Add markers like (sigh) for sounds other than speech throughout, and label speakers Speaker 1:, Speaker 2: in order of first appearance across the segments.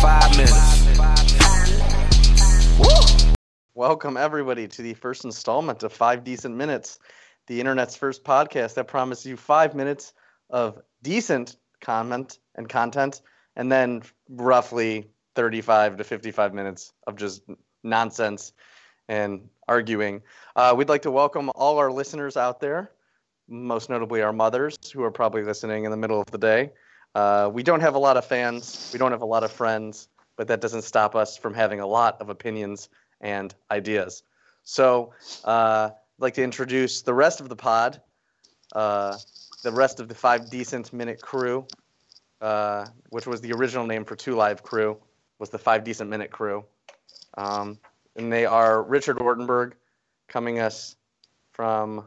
Speaker 1: Five minutes. Woo!
Speaker 2: Welcome, everybody, to the first installment of Five Decent Minutes, the internet's first podcast that promises you five minutes of decent comment and content, and then roughly 35 to 55 minutes of just nonsense and arguing. Uh, we'd like to welcome all our listeners out there, most notably our mothers who are probably listening in the middle of the day. Uh, we don't have a lot of fans, we don't have a lot of friends, but that doesn't stop us from having a lot of opinions and ideas. So uh, I'd like to introduce the rest of the pod, uh, the rest of the Five Decent Minute crew, uh, which was the original name for Two Live Crew, was the Five Decent Minute crew. Um, and they are Richard Ortenberg, coming us from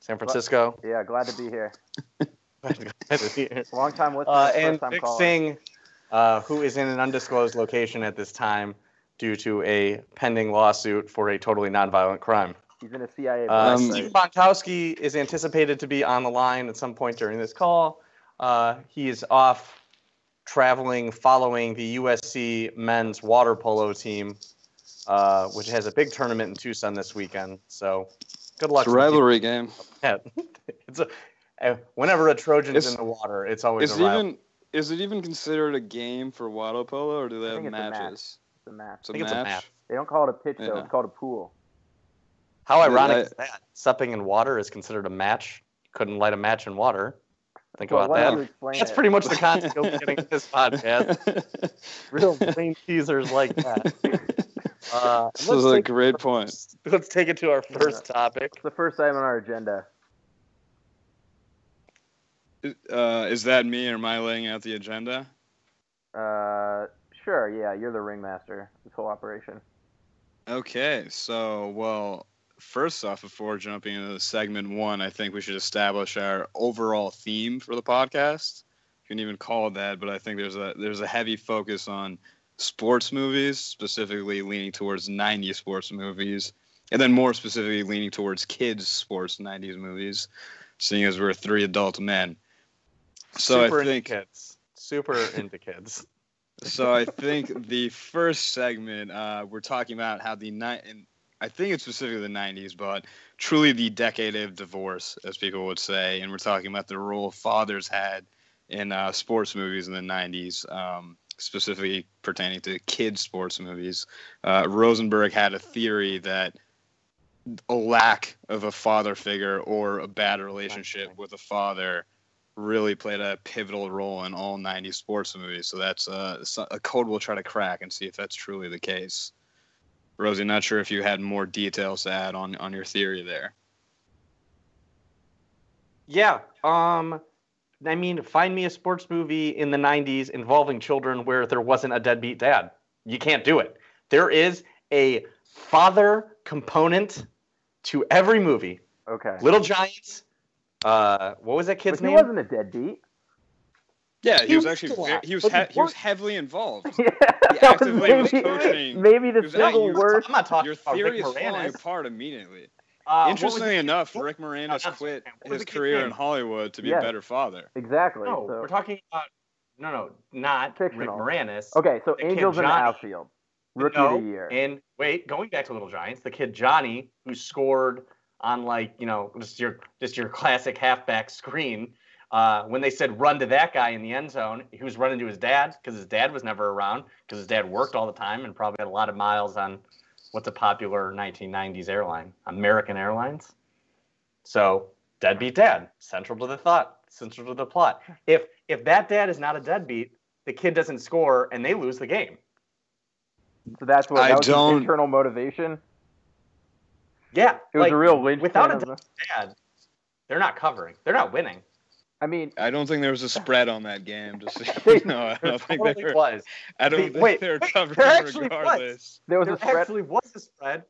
Speaker 2: San
Speaker 3: (laughs)
Speaker 2: Francisco. (laughs)
Speaker 3: Yeah, glad to be here.
Speaker 2: uh,
Speaker 3: Long time listener,
Speaker 2: and
Speaker 3: first time
Speaker 2: Vic
Speaker 3: caller.
Speaker 2: Singh, uh, who is in an undisclosed location at this time due to a pending lawsuit for a totally nonviolent crime.
Speaker 3: He's in a CIA.
Speaker 2: Um,
Speaker 3: black
Speaker 2: Steve
Speaker 3: site.
Speaker 2: Bonkowski is anticipated to be on the line at some point during this call. Uh, he is off traveling following the USC men's water polo team, uh, which has a big tournament in Tucson this weekend. So good luck.
Speaker 4: It's a
Speaker 2: to the people
Speaker 4: rivalry game.
Speaker 2: that- (laughs) it's a, uh, whenever a Trojan's
Speaker 4: It's-
Speaker 2: in the water, it's always
Speaker 4: Is
Speaker 2: a
Speaker 4: it
Speaker 2: rival.
Speaker 4: even is it even considered a game for water polo, or do they
Speaker 3: I
Speaker 4: have
Speaker 3: think it's a match.
Speaker 4: matches?
Speaker 3: the match.
Speaker 4: It's a
Speaker 2: think it's a match.
Speaker 3: They don't call it a pitch though.
Speaker 4: Yeah.
Speaker 3: It's called a pool.
Speaker 2: How
Speaker 4: Dude,
Speaker 2: ironic
Speaker 4: I-
Speaker 2: is that? Supping in water is considered a match. Couldn't light a match in water. Think
Speaker 3: Well,
Speaker 2: about
Speaker 3: why don't
Speaker 2: that.
Speaker 3: you explain
Speaker 2: That's
Speaker 3: it?
Speaker 2: pretty much the concept you'll be getting this podcast. (laughs)
Speaker 4: (laughs)
Speaker 2: Real plain teasers like that. Uh,
Speaker 4: (laughs) this
Speaker 2: let's
Speaker 4: is a
Speaker 2: take-
Speaker 4: great point.
Speaker 2: Let's take it to our first topic.
Speaker 3: It's the first item on our agenda.
Speaker 4: Uh, is that me, or am I laying out the agenda?
Speaker 3: Uh, sure. Yeah, you're the ringmaster. This whole operation.
Speaker 4: Okay, so well, first off, before jumping into segment one, I think we should establish our overall theme for the podcast. You can even call it that, but I think there's a there's a heavy focus on sports movies, specifically leaning towards '90s sports movies, and then more specifically leaning towards kids' sports '90s movies, seeing as we're three adult men. So
Speaker 2: Super
Speaker 4: I think
Speaker 2: into kids. Super into kids.
Speaker 4: so I think the first segment uh, we're talking about how the night and I think it's specifically the '90s, but truly the decade of divorce, as people would say, and we're talking about the role fathers had in uh, sports movies in the '90s, um, specifically pertaining to kids' sports movies. Uh, Rosenberg had a theory that a lack of a father figure or a bad relationship with a father really played a pivotal role in all 90s sports movies. So that's uh, so- a code we'll try to crack and see if that's truly the case. Rosie, not sure if you had more details to add on, on your theory there.
Speaker 2: Yeah. Um, I mean, find me a sports movie in the 90s involving children where there wasn't a deadbeat dad. You can't do it. There is a father component to every movie.
Speaker 3: Okay.
Speaker 2: Little Giants. Uh, what was that kid's
Speaker 3: But he
Speaker 2: name?
Speaker 3: wasn't a deadbeat. (laughs)
Speaker 4: Yeah,
Speaker 2: He
Speaker 4: he was
Speaker 2: was
Speaker 4: actually
Speaker 2: still
Speaker 4: ve-
Speaker 2: out,
Speaker 4: he was
Speaker 2: but
Speaker 4: he-
Speaker 2: he
Speaker 4: he was heavily involved. (laughs)
Speaker 3: yeah,
Speaker 4: He
Speaker 3: that was
Speaker 4: actively was
Speaker 3: maybe,
Speaker 4: coaching.
Speaker 3: maybe the
Speaker 4: He was at
Speaker 3: single
Speaker 4: you.
Speaker 3: worst.
Speaker 2: I'm not talking
Speaker 4: Your
Speaker 2: about
Speaker 4: theory
Speaker 2: Uh, Rick
Speaker 4: is falling
Speaker 2: Moranis.
Speaker 4: apart
Speaker 2: Uh,
Speaker 4: immediately.
Speaker 2: what was
Speaker 4: Interestingly
Speaker 2: it-
Speaker 4: enough,
Speaker 2: what-
Speaker 4: Rick Moranis
Speaker 2: that's-
Speaker 4: quit
Speaker 2: what was
Speaker 4: his
Speaker 2: the kid's
Speaker 4: career
Speaker 2: name?
Speaker 4: in Hollywood to be
Speaker 3: Yes.
Speaker 4: a better father.
Speaker 3: Exactly.
Speaker 2: No,
Speaker 3: so-
Speaker 2: we're talking about no, no, not
Speaker 3: Fictional.
Speaker 2: Rick Moranis.
Speaker 3: okay, so
Speaker 2: the kid
Speaker 3: Angels in the
Speaker 2: Johnny.
Speaker 3: outfield. Rookie
Speaker 2: No,
Speaker 3: of the year.
Speaker 2: And wait, going back to Little Giants, the kid Johnny who scored on like you know just your just your classic halfback screen. Uh, when they said run to that guy in the end zone, he was running to his dad because his dad was never around because his dad worked all the time and probably had a lot of miles on what's a popular 1990s airline, American Airlines. So deadbeat dad, central to the thought, central to the plot. If if that dad is not a deadbeat, the kid doesn't score and they lose the game.
Speaker 3: so that's what
Speaker 4: I
Speaker 3: that was his
Speaker 4: don't-
Speaker 3: internal motivation.
Speaker 2: Yeah,
Speaker 3: It was
Speaker 2: like,
Speaker 3: a real linchpin
Speaker 2: without a
Speaker 3: of the-
Speaker 2: bad. They're not covering. They're not winning.
Speaker 3: I mean,
Speaker 4: I don't think there
Speaker 2: (laughs)
Speaker 4: was a spread on that game. Just (laughs) no, I don't think they were.
Speaker 2: was.
Speaker 4: I don't
Speaker 2: Wait,
Speaker 4: think
Speaker 2: wait,
Speaker 4: they're
Speaker 2: wait,
Speaker 4: covering
Speaker 2: there actually was.
Speaker 4: regardless.
Speaker 3: there was
Speaker 2: there
Speaker 3: a threat.
Speaker 2: actually was a spread.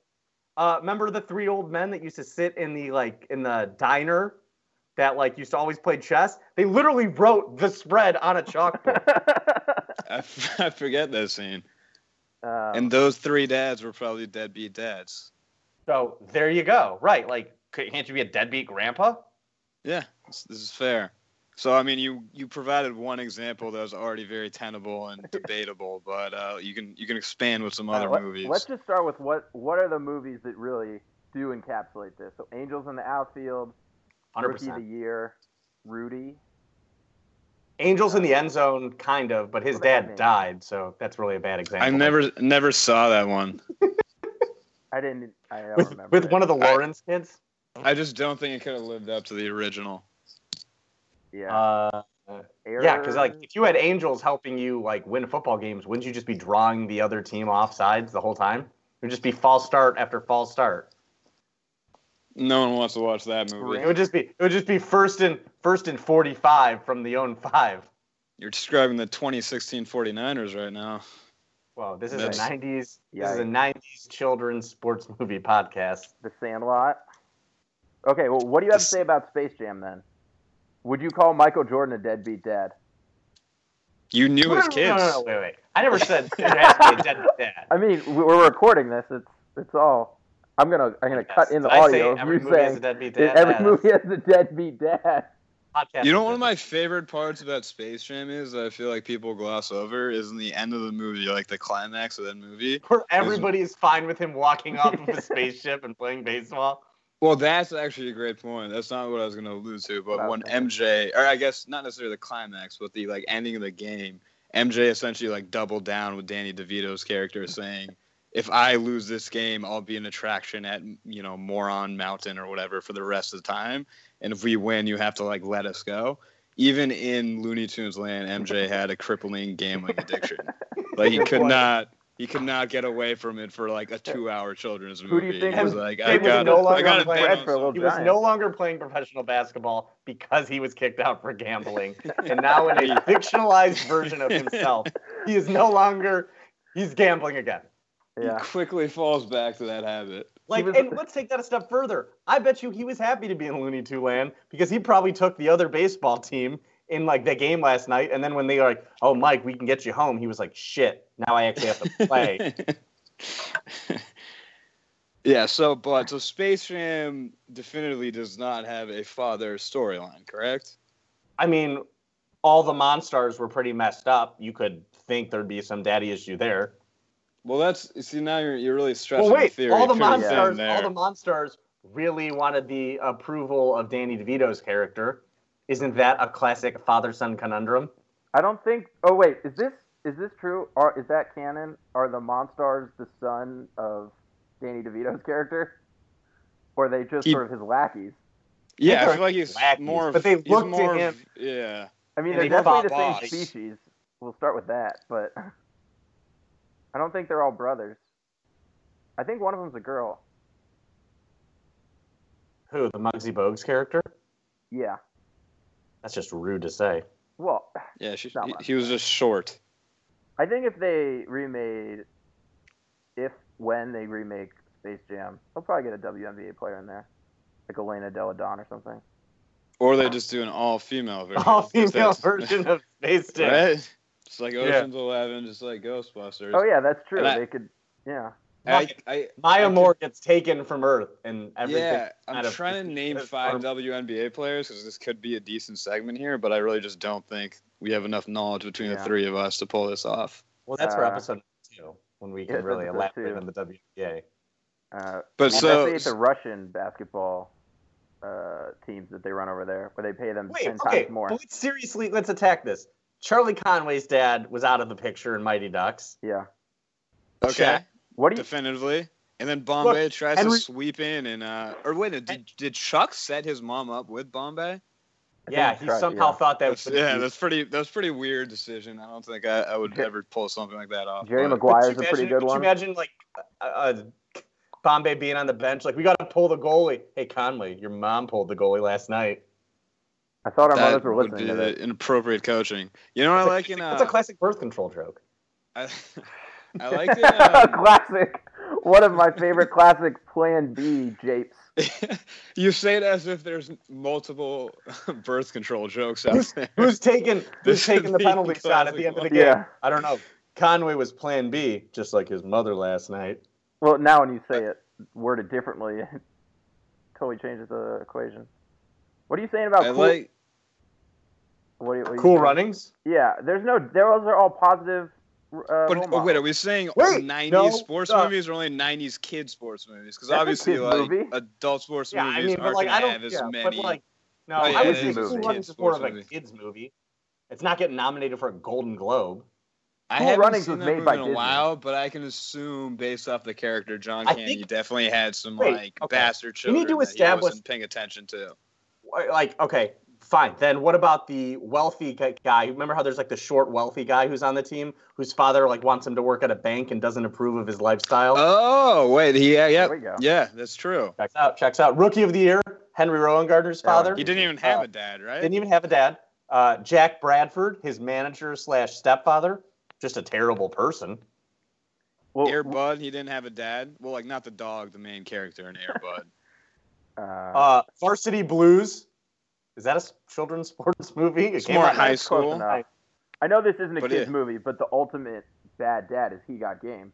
Speaker 2: Uh, remember the three old men that used to sit in the like in the diner that like used to always play chess? They literally wrote the spread on a
Speaker 3: (laughs)
Speaker 2: chalkboard.
Speaker 4: I, f- (laughs) I forget that scene.
Speaker 3: Um,
Speaker 2: Oh.
Speaker 4: And those three dads were probably deadbeat dads.
Speaker 2: so there you go. Right, like c- can't you be a deadbeat grandpa?
Speaker 4: Yeah, this, this is fair. So I mean, you you provided one example that was already very
Speaker 2: (laughs)
Speaker 4: tenable and debatable, but uh, you can you can expand with some
Speaker 3: Uh,
Speaker 4: other
Speaker 3: let-
Speaker 4: movies.
Speaker 3: Let's just start with what what are the movies that really do encapsulate this? So Angels in the Outfield, Rookie of the
Speaker 2: 100%.
Speaker 3: Year, Rudy.
Speaker 2: Angels in the End Zone, kind of, but his
Speaker 3: What does that
Speaker 2: dad
Speaker 3: mean?
Speaker 2: died, so that's really a bad example.
Speaker 4: I never never saw that one.
Speaker 3: I didn't. I don't
Speaker 2: With,
Speaker 3: remember.
Speaker 2: with
Speaker 3: it.
Speaker 2: one of the
Speaker 4: I-
Speaker 2: Lawrence kids?
Speaker 4: I just don't think it could have lived up to the original.
Speaker 3: yeah,
Speaker 2: Uh, yeah, because like
Speaker 3: Errors.
Speaker 2: if you had angels helping you like win football games, wouldn't you just be drawing the other team off sides the whole time? It would just be false start after false start.
Speaker 4: No one wants to watch that movie.
Speaker 2: It would just be it would just be first and first and forty five from the own five.
Speaker 4: You're describing the 2016 49ers right now.
Speaker 2: Well, this is
Speaker 4: That's-
Speaker 2: a nineties this is a
Speaker 3: Yikes.
Speaker 2: nineties children's sports movie podcast.
Speaker 3: the Sandlot. Okay, well, what do you have to
Speaker 4: This-
Speaker 3: say about Space Jam then? Would you call Michael Jordan a deadbeat dad?
Speaker 4: You knew
Speaker 2: No,
Speaker 4: his
Speaker 2: no,
Speaker 4: kids.
Speaker 2: No, no, no, wait, wait. I never
Speaker 3: (laughs)
Speaker 2: said you had to be a dead dad.
Speaker 3: I mean, we- we're recording this. It's it's all. I'm gonna I'm gonna cut in the
Speaker 2: Did I say
Speaker 3: audio of
Speaker 2: every
Speaker 3: you
Speaker 2: movie has a
Speaker 3: saying
Speaker 2: deadbeat
Speaker 3: that
Speaker 2: dad.
Speaker 3: every
Speaker 2: Yeah,
Speaker 3: movie has a deadbeat dad.
Speaker 2: that's podcast
Speaker 4: You know,
Speaker 2: is
Speaker 4: one of
Speaker 2: different.
Speaker 4: my favorite parts about Space Jam is that I feel like people gloss over is in the end of the movie, like the climax of that movie.
Speaker 2: where everybody is fine with him walking off of a spaceship and playing baseball.
Speaker 4: Well, that's actually a great point. That's not what I was going to allude to, but
Speaker 3: Wow.
Speaker 4: when MJ, or I guess not necessarily the climax, but the like ending of the game, MJ essentially like doubled down with Danny DeVito's character saying, "If I lose this game, I'll be an attraction at you know Moron Mountain or whatever for the rest of the time, and if we win, you have to like let us go." Even in Looney Tunes land,
Speaker 3: (laughs)
Speaker 4: MJ had a crippling gambling addiction. like he
Speaker 3: Good
Speaker 4: could
Speaker 3: point.
Speaker 4: not. He could not get away from it for like a two-hour children's movie.
Speaker 3: Who do you think
Speaker 4: He was
Speaker 2: was-
Speaker 4: like,
Speaker 2: He
Speaker 4: I
Speaker 2: was
Speaker 4: got,
Speaker 2: no longer
Speaker 4: I got
Speaker 2: playing
Speaker 4: it.
Speaker 3: for a little
Speaker 2: He was
Speaker 3: Giants.
Speaker 2: no longer playing professional basketball because he was kicked out for (laughs) gambling. And now in a fictionalized version of himself, he is no longer he's gambling again.
Speaker 3: Yeah.
Speaker 4: He quickly falls back to that habit.
Speaker 2: Like
Speaker 3: was-
Speaker 2: and let's take that a step further. I bet you he was happy to be in Looney Two land because he probably took the other baseball team in like that game last night and then when they were like, "Oh Mike, we can get you home." He was like, "Shit, now I actually have to (laughs) play."
Speaker 4: (laughs) yeah, so but so Space Jam definitively does not have a father storyline, correct?
Speaker 2: I mean, all the Monstars were pretty messed up. You could think there'd be some daddy issue there.
Speaker 4: Well, that's see now you're you're really stressing
Speaker 2: Well, wait,
Speaker 4: the theory.
Speaker 2: all the
Speaker 4: It could've been
Speaker 2: Monstars,
Speaker 4: there.
Speaker 2: all the Monstars really wanted the approval of Danny DeVito's character. Isn't that a classic father-son conundrum?
Speaker 3: I don't think. Oh wait, is this is this true? Are is that canon? Are the Monstars the son of Danny DeVito's character, or are they just
Speaker 4: He-
Speaker 3: sort of his lackeys?
Speaker 4: yeah, I
Speaker 2: they're
Speaker 4: feel like he's
Speaker 2: lackeys,
Speaker 4: more. of-
Speaker 2: but they
Speaker 4: he's
Speaker 2: look to
Speaker 4: more of-
Speaker 2: him-
Speaker 4: yeah,
Speaker 3: I mean,
Speaker 2: And
Speaker 3: they're
Speaker 2: they both
Speaker 3: definitely the
Speaker 4: are
Speaker 3: same
Speaker 4: boss.
Speaker 3: species. We'll start with that, but (laughs) I don't think they're all brothers. I think one of them's a girl.
Speaker 2: Who the Muggsy Bogues character?
Speaker 3: Yeah.
Speaker 2: That's just rude to
Speaker 4: (laughs)
Speaker 2: say.
Speaker 3: Well,
Speaker 4: yeah. She,
Speaker 3: Not
Speaker 4: he,
Speaker 3: much.
Speaker 4: he was just short.
Speaker 3: I think if they remade, if when they remake Space Jam, they'll probably get a WNBA player in there, like Elena Deladon or something.
Speaker 4: Or they just do an all-female version.
Speaker 2: All female
Speaker 4: That's-
Speaker 2: version of Space Jam.
Speaker 4: (laughs) right? Just like
Speaker 2: Yeah.
Speaker 4: Ocean's Eleven, just like Ghostbusters.
Speaker 3: Oh yeah, that's true.
Speaker 4: And I-
Speaker 3: they could. Yeah.
Speaker 4: I, I,
Speaker 2: Maya
Speaker 4: I
Speaker 2: Moore gets taken from Earth, and everything.
Speaker 4: Yeah,
Speaker 2: out
Speaker 4: I'm
Speaker 2: of-
Speaker 4: trying
Speaker 2: (laughs)
Speaker 4: to name five WNBA players because this could be a decent segment here, but I really just don't think we have enough knowledge between the
Speaker 3: Yeah.
Speaker 4: three of us to pull this off.
Speaker 2: Well, that's for
Speaker 3: Uh,
Speaker 2: episode two when we can
Speaker 3: yeah,
Speaker 2: really
Speaker 3: episode two.
Speaker 2: elaborate on the WNBA.
Speaker 3: Uh,
Speaker 4: But so,
Speaker 3: especially the Russian basketball uh, teams that they run over there, where they pay them
Speaker 2: Wait,
Speaker 3: ten
Speaker 2: okay,
Speaker 3: times more.
Speaker 2: but let's seriously let's attack this. Charlie Conway's dad was out of the picture in Mighty Ducks.
Speaker 3: Yeah.
Speaker 4: okay,
Speaker 3: What do you?
Speaker 4: definitively. And then Bombay tries to
Speaker 2: Henry-
Speaker 4: sweep in, and uh, or wait, did, did Chuck set his mom up with
Speaker 3: I
Speaker 4: Bombay?
Speaker 2: Yeah,
Speaker 3: think
Speaker 2: he
Speaker 3: Char-
Speaker 2: somehow
Speaker 3: yeah.
Speaker 2: thought
Speaker 4: (laughs)
Speaker 2: that was
Speaker 4: That's, yeah, that's pretty. That's pretty weird decision. I don't think I, I would
Speaker 3: Jer-
Speaker 4: ever pull something like that off.
Speaker 3: Jerry
Speaker 4: but-
Speaker 3: Maguire's
Speaker 2: Could you
Speaker 3: a pretty
Speaker 2: imagine-
Speaker 3: good
Speaker 2: could
Speaker 3: one.
Speaker 2: You imagine like uh, uh, Bombay being on the bench, like we got to pull the goalie. Hey Conway, your mom pulled the goalie last night.
Speaker 3: I thought our mothers
Speaker 4: that
Speaker 3: were
Speaker 4: would
Speaker 3: listening
Speaker 4: be
Speaker 3: to this.
Speaker 4: inappropriate coaching. You know what I like in
Speaker 2: That's a
Speaker 4: uh,
Speaker 2: classic birth control joke.
Speaker 4: I, I (laughs) like
Speaker 2: (laughs)
Speaker 3: (laughs)
Speaker 4: in um,
Speaker 3: classic. One of my favorite classics, Plan B, japes.
Speaker 4: (laughs) you say it as if there's multiple (laughs) birth control jokes out there.
Speaker 2: Who's
Speaker 4: (laughs)
Speaker 2: taking who's
Speaker 4: This
Speaker 2: taking
Speaker 4: should
Speaker 2: the
Speaker 4: be
Speaker 2: penalty
Speaker 4: the
Speaker 2: shot at the end of the
Speaker 4: classic
Speaker 2: game?
Speaker 3: Yeah.
Speaker 2: I don't know. Conway was Plan B, just like his mother last night.
Speaker 3: Well, now when you say it worded differently, (laughs) it totally changes the equation. What are you saying about
Speaker 4: I
Speaker 3: cool?
Speaker 4: like
Speaker 3: What do you, what do you
Speaker 2: Cool
Speaker 3: think?
Speaker 2: Runnings.
Speaker 3: Yeah, there's no. Those are all positive. Uh, role
Speaker 4: But oh, wait,
Speaker 3: models.
Speaker 4: are we saying
Speaker 2: Wait,
Speaker 4: 90s
Speaker 2: no,
Speaker 4: sports
Speaker 2: uh,
Speaker 4: movies or only 90s kid sports movies? Because
Speaker 3: That's a
Speaker 4: obviously,
Speaker 3: kid
Speaker 4: like
Speaker 3: movie.
Speaker 4: adult sports
Speaker 2: Yeah,
Speaker 4: movies
Speaker 2: I mean, but
Speaker 4: aren't
Speaker 2: like I
Speaker 4: gonna
Speaker 2: don't.
Speaker 4: have as
Speaker 2: Yeah,
Speaker 4: many.
Speaker 2: but like no,
Speaker 4: Oh, yeah,
Speaker 2: I would
Speaker 3: it
Speaker 2: say
Speaker 3: is a
Speaker 2: Cool
Speaker 3: movie.
Speaker 2: Runnings is more of a
Speaker 4: Sports movie.
Speaker 2: kids movie. It's not getting nominated for a Golden Globe.
Speaker 4: I
Speaker 3: Cool
Speaker 4: haven't
Speaker 3: Runnings
Speaker 4: seen
Speaker 3: was
Speaker 4: that
Speaker 3: made
Speaker 4: movie
Speaker 3: by
Speaker 4: in a
Speaker 3: Disney.
Speaker 4: while, but I can assume based off the character John
Speaker 2: I
Speaker 4: Candy
Speaker 2: think-
Speaker 4: definitely had some
Speaker 2: Wait,
Speaker 4: like
Speaker 2: okay.
Speaker 4: bastard
Speaker 2: We
Speaker 4: children
Speaker 2: need to
Speaker 4: that he
Speaker 2: establish-
Speaker 4: wasn't paying attention to.
Speaker 2: Like okay, fine. Then what about the wealthy gu- guy? Remember how there's like the short wealthy guy who's on the team whose father like wants him to work at a bank and doesn't approve of his lifestyle.
Speaker 4: Oh wait, he yeah yeah
Speaker 3: There we go.
Speaker 4: yeah that's true.
Speaker 2: checks out. Checks out. Rookie of the year, Henry Rowan Gardner's
Speaker 3: That one.
Speaker 2: father.
Speaker 4: He didn't even have a dad, right?
Speaker 2: Uh, Didn't even have a dad. Uh, Jack Bradford, his manager slash stepfather, just a terrible person.
Speaker 3: Well,
Speaker 4: Air Bud, he didn't have a dad. Well, like not the dog, the main character in Air Bud. (laughs)
Speaker 3: uh,
Speaker 2: Uh, Varsity Blues. Is that a s- children's (laughs) sports movie? It
Speaker 4: It's
Speaker 2: came
Speaker 4: more
Speaker 2: out-
Speaker 4: high
Speaker 3: that's close
Speaker 4: school.
Speaker 3: enough. I know this isn't a
Speaker 4: But
Speaker 3: kids
Speaker 4: yeah.
Speaker 3: movie, but the ultimate bad dad is he got
Speaker 4: (laughs)
Speaker 3: game.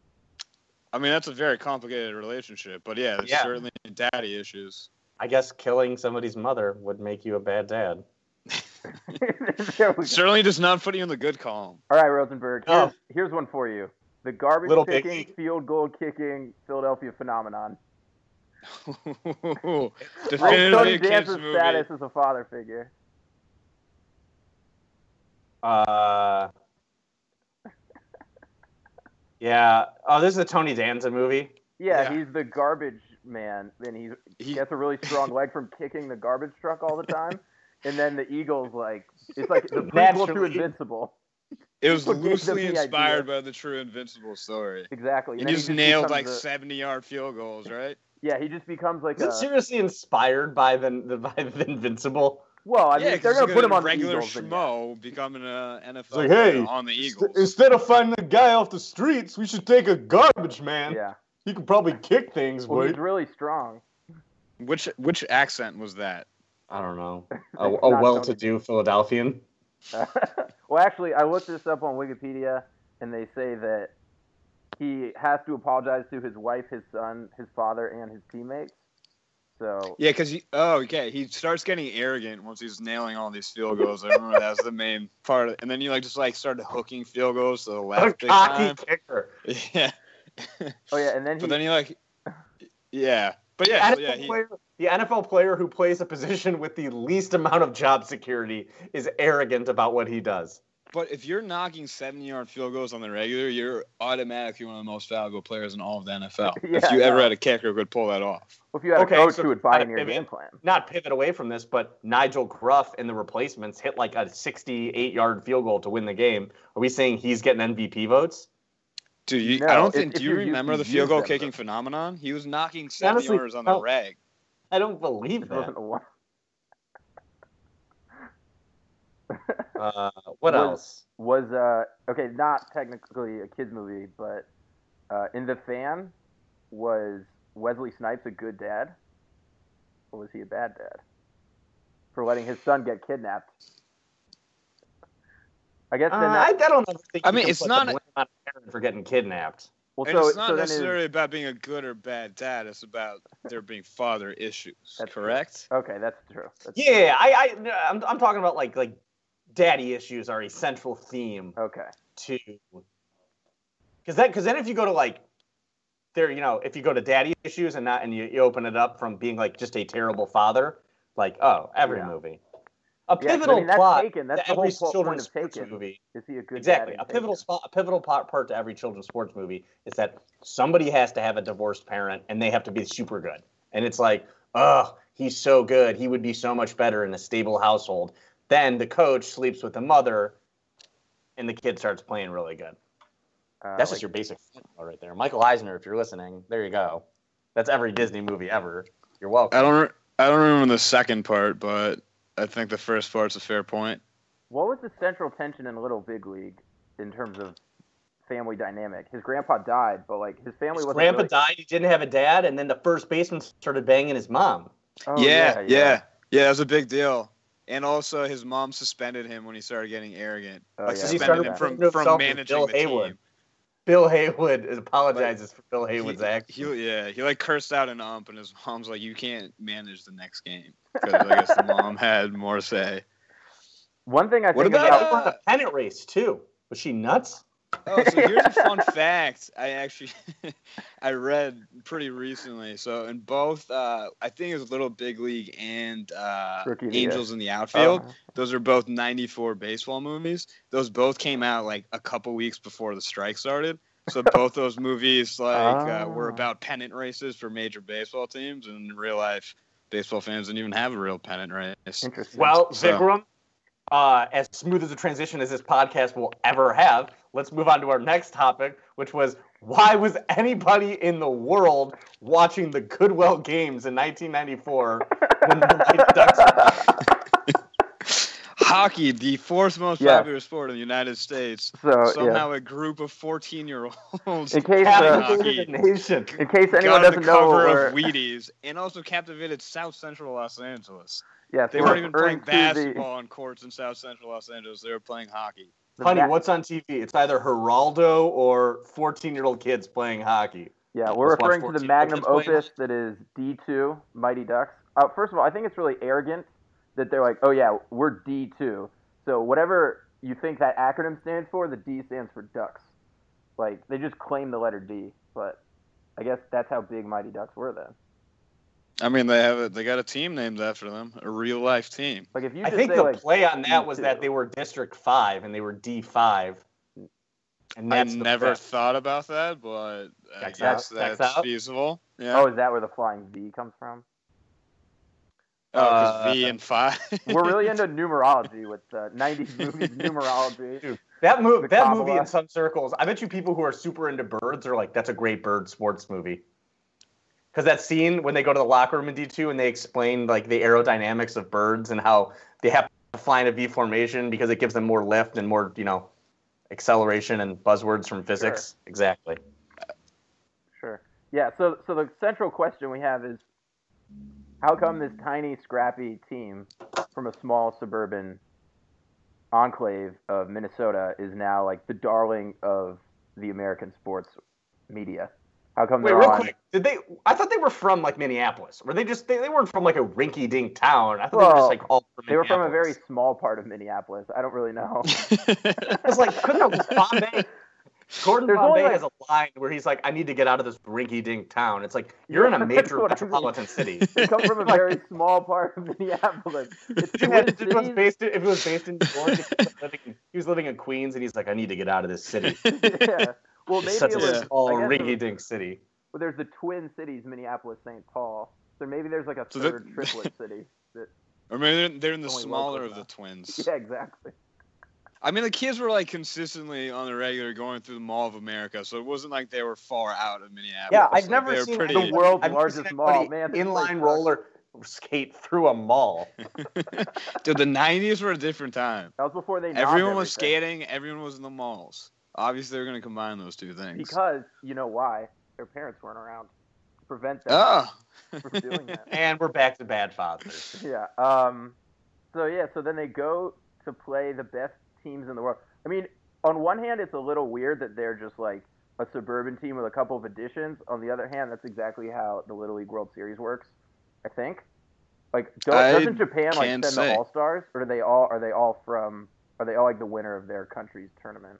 Speaker 3: (laughs)
Speaker 4: I mean, that's a very complicated relationship, but yeah, there's
Speaker 2: Yeah.
Speaker 4: certainly daddy issues.
Speaker 2: I guess killing somebody's mother would make you a bad dad.
Speaker 3: There we go.
Speaker 4: Certainly does not put you in the good column. (laughs)
Speaker 3: All right, Rosenberg.
Speaker 2: Oh.
Speaker 3: Here's, here's one for you. The garbage
Speaker 2: Little Big
Speaker 3: kicking,
Speaker 2: League.
Speaker 3: field goal kicking Philadelphia phenomenon.
Speaker 4: Definitively a kids
Speaker 3: Dancer's
Speaker 4: movie.
Speaker 3: status as a father figure.
Speaker 2: Uh, yeah. Oh, this is a Tony Danza movie.
Speaker 3: Yeah,
Speaker 4: Yeah.
Speaker 3: he's the garbage man, and he
Speaker 4: He-
Speaker 3: gets a really
Speaker 4: (laughs)
Speaker 3: strong leg from kicking the garbage truck all the time. And then the Eagles, like, it's like the prequel to
Speaker 2: Naturally.
Speaker 3: Invincible.
Speaker 4: It was
Speaker 3: People gave them
Speaker 4: loosely
Speaker 3: the
Speaker 4: inspired by the true Invincible story.
Speaker 3: Exactly.
Speaker 4: You
Speaker 3: then he
Speaker 4: just nailed
Speaker 3: becomes
Speaker 4: like
Speaker 3: the-
Speaker 4: 70 yard field goals, right?
Speaker 3: yeah, he just becomes like
Speaker 2: Is it
Speaker 3: a.
Speaker 2: seriously inspired by the, the by the Invincible?
Speaker 3: Well, I
Speaker 4: yeah,
Speaker 3: mean,
Speaker 4: 'cause
Speaker 3: they're
Speaker 4: he's
Speaker 3: gonna put him
Speaker 4: be
Speaker 3: on the
Speaker 4: regular
Speaker 3: Eagles, then, yeah.
Speaker 4: schmo becoming a NFL
Speaker 2: like,
Speaker 4: player
Speaker 2: hey,
Speaker 4: on the Eagles.
Speaker 2: Inst- Instead of finding a guy off the streets, we should take a garbage man.
Speaker 3: Yeah.
Speaker 2: He could probably kick things,
Speaker 3: Well,
Speaker 2: boy.
Speaker 3: he's really strong.
Speaker 4: which which accent was that?
Speaker 2: I don't (laughs) know.
Speaker 3: A- a Not Tony. well-to-do
Speaker 2: well-to-do Philadelphian.
Speaker 3: (laughs) well, actually, I looked this up on Wikipedia, and they say that he has to apologize to his wife, his son, his father, and his teammates. So
Speaker 4: Yeah, because oh, okay, he starts getting arrogant once he's nailing all these field goals. I remember that was the main part, of, and then you like just like started hooking field goals to
Speaker 2: A (laughs)
Speaker 4: the left. big
Speaker 2: cocky
Speaker 4: time.
Speaker 2: kicker.
Speaker 4: Yeah,
Speaker 3: Oh yeah, and then he
Speaker 4: but then he like, yeah, but yeah, so
Speaker 2: NFL
Speaker 4: yeah, he,
Speaker 2: player, the NFL player who plays a position with the least amount of job security is arrogant about what he does.
Speaker 4: But if you're knocking 70 yard field goals on the regular, you're automatically one of the most valuable players in all of
Speaker 3: (laughs)
Speaker 4: the NFL.
Speaker 3: Yeah,
Speaker 4: if you
Speaker 3: I
Speaker 4: ever
Speaker 3: know.
Speaker 4: had a kicker who could pull that off.
Speaker 3: well, if you had
Speaker 2: okay,
Speaker 3: a coach
Speaker 2: so-
Speaker 3: who would buy in your
Speaker 2: maybe-
Speaker 3: game plan,
Speaker 2: Not pivot away from this, but Nigel Gruff and the replacements hit like a 68-yard field goal to win the game. Are we saying he's getting MVP votes?
Speaker 4: Dude, you,
Speaker 3: No,
Speaker 4: I don't
Speaker 3: if-
Speaker 4: think.
Speaker 3: if
Speaker 4: do you
Speaker 3: you use-
Speaker 4: remember the
Speaker 3: use
Speaker 4: field goal
Speaker 3: them,
Speaker 4: kicking
Speaker 3: though.
Speaker 4: phenomenon? He was knocking 70
Speaker 2: Honestly,
Speaker 4: yarders on the
Speaker 2: no.
Speaker 4: reg.
Speaker 2: I don't believe
Speaker 3: it
Speaker 2: that.
Speaker 3: (laughs) wasn't a one.
Speaker 2: Uh, what
Speaker 3: Was-
Speaker 2: else?
Speaker 3: Was uh okay, not technically a kids movie, but uh, in the fan was Wesley Snipes a good dad, or was he a bad dad for letting his son get kidnapped? I guess
Speaker 2: Uh,
Speaker 3: then that,
Speaker 2: I, I don't think.
Speaker 4: I
Speaker 2: you
Speaker 4: mean,
Speaker 2: can
Speaker 4: it's
Speaker 2: put
Speaker 4: not
Speaker 2: the
Speaker 4: a-
Speaker 2: blame on a parent for getting kidnapped.
Speaker 3: well,
Speaker 4: and
Speaker 3: so,
Speaker 4: it's not
Speaker 3: so then his-
Speaker 4: necessarily about being a good or bad dad. It's about there being father issues.
Speaker 3: That's true.
Speaker 4: correct?
Speaker 3: Okay, that's true. That's,
Speaker 2: Yeah, I, I, no, I'm, I'm talking about like like daddy issues are a central theme
Speaker 3: Okay.
Speaker 2: to because that because then if you go to like there you know if you go to daddy issues and not and you, you open it up from being like just a terrible father like oh every
Speaker 3: Yeah.
Speaker 2: movie a
Speaker 3: Yeah, 'cause, I
Speaker 2: pivotal
Speaker 3: mean, that's
Speaker 2: plot
Speaker 3: Taken.
Speaker 2: to
Speaker 3: That's the
Speaker 2: every
Speaker 3: whole pl- point
Speaker 2: children's
Speaker 3: of
Speaker 2: sports
Speaker 3: Taken.
Speaker 2: movie
Speaker 3: Is he a good
Speaker 2: exactly
Speaker 3: dad? in
Speaker 2: a pivotal
Speaker 3: Taken?
Speaker 2: spot a pivotal part, part to every children's sports movie is that somebody has to have a divorced parent and they have to be super good and it's like oh he's so good he would be so much better in a stable household then the coach sleeps with the mother and the kid starts playing really good
Speaker 3: Uh,
Speaker 2: that's
Speaker 3: like-
Speaker 2: just your basic formula right there michael eisner if you're listening there you go that's every disney movie ever you're welcome
Speaker 4: I don't. Re- I don't remember the second part, but I think the first part's a fair point.
Speaker 3: What was the central tension in Little Big League in terms of family dynamic? His grandpa died, but like his family
Speaker 2: his
Speaker 3: wasn't.
Speaker 2: grandpa
Speaker 3: really-
Speaker 2: died he didn't have a dad and then the first baseman started banging his mom (laughs)
Speaker 3: Oh,
Speaker 4: yeah, yeah, yeah, That was a big deal. And also, his mom suspended him when he started getting arrogant.
Speaker 3: Oh,
Speaker 2: He
Speaker 3: yeah.
Speaker 4: like suspended
Speaker 2: started
Speaker 4: him
Speaker 2: referring
Speaker 4: from,
Speaker 2: to himself
Speaker 4: from
Speaker 2: as
Speaker 4: managing
Speaker 2: Bill
Speaker 4: the
Speaker 2: Haywood.
Speaker 4: team.
Speaker 2: bill haywood apologizes for bill haywood's
Speaker 4: he,
Speaker 2: act
Speaker 4: he- yeah, he like cursed out an ump, and his mom's like, "You can't manage the next game." Because I guess the mom had more say.
Speaker 3: One thing I
Speaker 4: What
Speaker 3: think
Speaker 4: about,
Speaker 3: about,
Speaker 5: That was the pennant race too. Was she nuts?
Speaker 4: Oh, so here's a fun fact. I actually (laughs) I read pretty recently. So in both, uh, I think it was Little Big League and uh,
Speaker 3: Rookie of the Year.
Speaker 4: Angels in the Outfield.
Speaker 3: Oh,
Speaker 4: Those are both '94 baseball movies. Those both came out like a couple weeks before the strike started. So both those movies like uh, were
Speaker 3: Ah.
Speaker 4: about pennant races for major baseball teams, and in real life baseball fans didn't even have a real pennant race.
Speaker 3: interesting. (laughs)
Speaker 4: (laughs)
Speaker 2: Well,
Speaker 4: So-
Speaker 2: Vikram, uh, as smooth as a transition as this podcast will ever have, let's move on to our next topic, which was why was anybody in the world watching the Goodwell games in 1994
Speaker 5: (laughs)
Speaker 2: when the White Ducks
Speaker 4: Hockey, the fourth most
Speaker 3: Yeah.
Speaker 4: popular sport in the United States.
Speaker 3: so Oh, yeah.
Speaker 4: Somehow, a group of 14-year-olds
Speaker 3: In case,
Speaker 4: Having
Speaker 3: uh,
Speaker 4: hockey.
Speaker 2: captivated the nation?
Speaker 3: in case anyone
Speaker 4: got on
Speaker 3: doesn't
Speaker 4: the
Speaker 3: know,
Speaker 4: cover
Speaker 3: we're,
Speaker 4: of Wheaties and also captivated South Central Los Angeles.
Speaker 3: yes,
Speaker 4: They
Speaker 3: we're
Speaker 4: weren't even
Speaker 3: referring
Speaker 4: playing
Speaker 3: to
Speaker 4: basketball on courts in South Central Los Angeles. They were playing hockey.
Speaker 3: the, the
Speaker 2: Honey,
Speaker 3: ba-
Speaker 2: what's on TV? It's either Geraldo or 14 year old kids playing hockey.
Speaker 3: Yeah, we're
Speaker 2: Let's watch
Speaker 3: referring to the
Speaker 2: 14
Speaker 3: magnum
Speaker 2: Dolphins play.
Speaker 3: opus that is D2, Mighty Ducks. Uh, first of all, I think it's really arrogant that they're like, oh, yeah, we're D2. So whatever you think that acronym stands for, the D stands for Ducks. Like, they just claim the letter D, but I guess that's how big Mighty Ducks were then.
Speaker 4: I mean, they have a, they got a team named after them, a real life team.
Speaker 3: Like, if you
Speaker 2: I
Speaker 3: just
Speaker 2: think
Speaker 3: say,
Speaker 2: the
Speaker 3: like,
Speaker 2: play on that was
Speaker 3: D2.
Speaker 2: that they were District 5 and they were D5. And
Speaker 4: I
Speaker 2: that's the
Speaker 4: never
Speaker 2: best.
Speaker 4: thought about that, but I
Speaker 2: Checks
Speaker 4: guess
Speaker 2: out, checks
Speaker 4: that's
Speaker 2: out.
Speaker 4: feasible. Yeah, Uh,
Speaker 3: oh, is that where the flying V comes from?
Speaker 4: because
Speaker 2: uh,
Speaker 4: V and five.
Speaker 3: Oh, We're
Speaker 4: (laughs)
Speaker 2: (laughs)
Speaker 3: really (laughs) into numerology with uh, 90s movies, numerology.
Speaker 2: Dude, That movie,
Speaker 3: The
Speaker 2: that
Speaker 3: Kabbalah.
Speaker 2: movie in some circles, I bet you people who are super into birds are like, that's a great bird sports movie. Because that scene when they go to the locker room in D2 and they explain like the aerodynamics of birds and how they have to fly in a V formation because it gives them more lift and more, you know, acceleration and buzzwords from physics. Exactly.
Speaker 3: Sure. Yeah. So, so the central question we have is, how come this tiny, scrappy team from a small suburban enclave of Minnesota is now like the darling of the American sports media? How come
Speaker 2: Wait,
Speaker 3: they're
Speaker 2: real
Speaker 3: on?
Speaker 2: quick. Did they? I thought they were from like Minneapolis. Were they just? They, they weren't from like a rinky-dink town. I thought they were
Speaker 3: Well,
Speaker 2: just like all from.
Speaker 3: They were from a very
Speaker 2: Minneapolis.
Speaker 3: small part of Minneapolis. I don't
Speaker 2: (laughs)
Speaker 3: really know.
Speaker 2: I was like, (laughs) couldn't have Bombay. Gordon
Speaker 3: There's only,
Speaker 2: Bombay
Speaker 3: like-
Speaker 2: has a line where he's like, "I need to get out of this rinky-dink town." It's like you're in a
Speaker 3: Yeah, that's
Speaker 2: major
Speaker 3: what I mean.
Speaker 2: metropolitan (laughs) city.
Speaker 3: They come from a very small part of Minneapolis. It's
Speaker 2: (laughs) If it was- if
Speaker 3: Twin
Speaker 2: it was
Speaker 3: Cities.
Speaker 2: based in, if it was based in New York, if he was living, he was living in Queens, and he's like, "I need to get out of this city."
Speaker 3: yeah. Well, maybe
Speaker 2: It's such
Speaker 3: it was
Speaker 2: a
Speaker 4: Yeah.
Speaker 2: small
Speaker 3: I guess it was-
Speaker 2: rinky-dink city.
Speaker 3: Well, there's the twin cities, Minneapolis, St. Paul. So maybe there's like a
Speaker 4: So that-
Speaker 3: third triplet
Speaker 4: (laughs)
Speaker 3: city. (laughs) That,
Speaker 4: or maybe they're, they're in the
Speaker 3: Only
Speaker 4: smaller
Speaker 3: local
Speaker 4: of the
Speaker 3: stuff.
Speaker 4: twins.
Speaker 3: yeah, exactly.
Speaker 4: I mean, the kids were like consistently on the regular going through the Mall of America, so it wasn't like they were far out of Minneapolis.
Speaker 2: Yeah, I've
Speaker 4: Like,
Speaker 2: never
Speaker 4: they were
Speaker 2: seen
Speaker 4: pretty.
Speaker 3: The world's
Speaker 2: I've never
Speaker 3: largest
Speaker 2: seen
Speaker 3: mall,
Speaker 2: anybody
Speaker 3: man.
Speaker 2: Inline roller skate through a mall.
Speaker 4: (laughs) Dude, the '90s were a different time.
Speaker 3: That was before they. knocked
Speaker 4: Everyone was
Speaker 3: everything.
Speaker 4: skating. Everyone was in the malls. Obviously, they're going to combine those two things.
Speaker 3: because you know why their parents weren't around to prevent them
Speaker 4: oh,
Speaker 3: from doing that.
Speaker 2: And we're back to bad fathers.
Speaker 3: Yeah. Um. So yeah. So then they go to play the best teams in the world. I mean, on one hand, it's a little weird that they're just like a suburban team with a couple of additions. On the other hand, that's exactly how the Little League World Series works. I think. Like, do
Speaker 4: I
Speaker 3: doesn't Japan like
Speaker 4: can't
Speaker 3: send
Speaker 4: say.
Speaker 3: the All Stars, or do they all are they all from? Are they all like the winner of their country's tournament?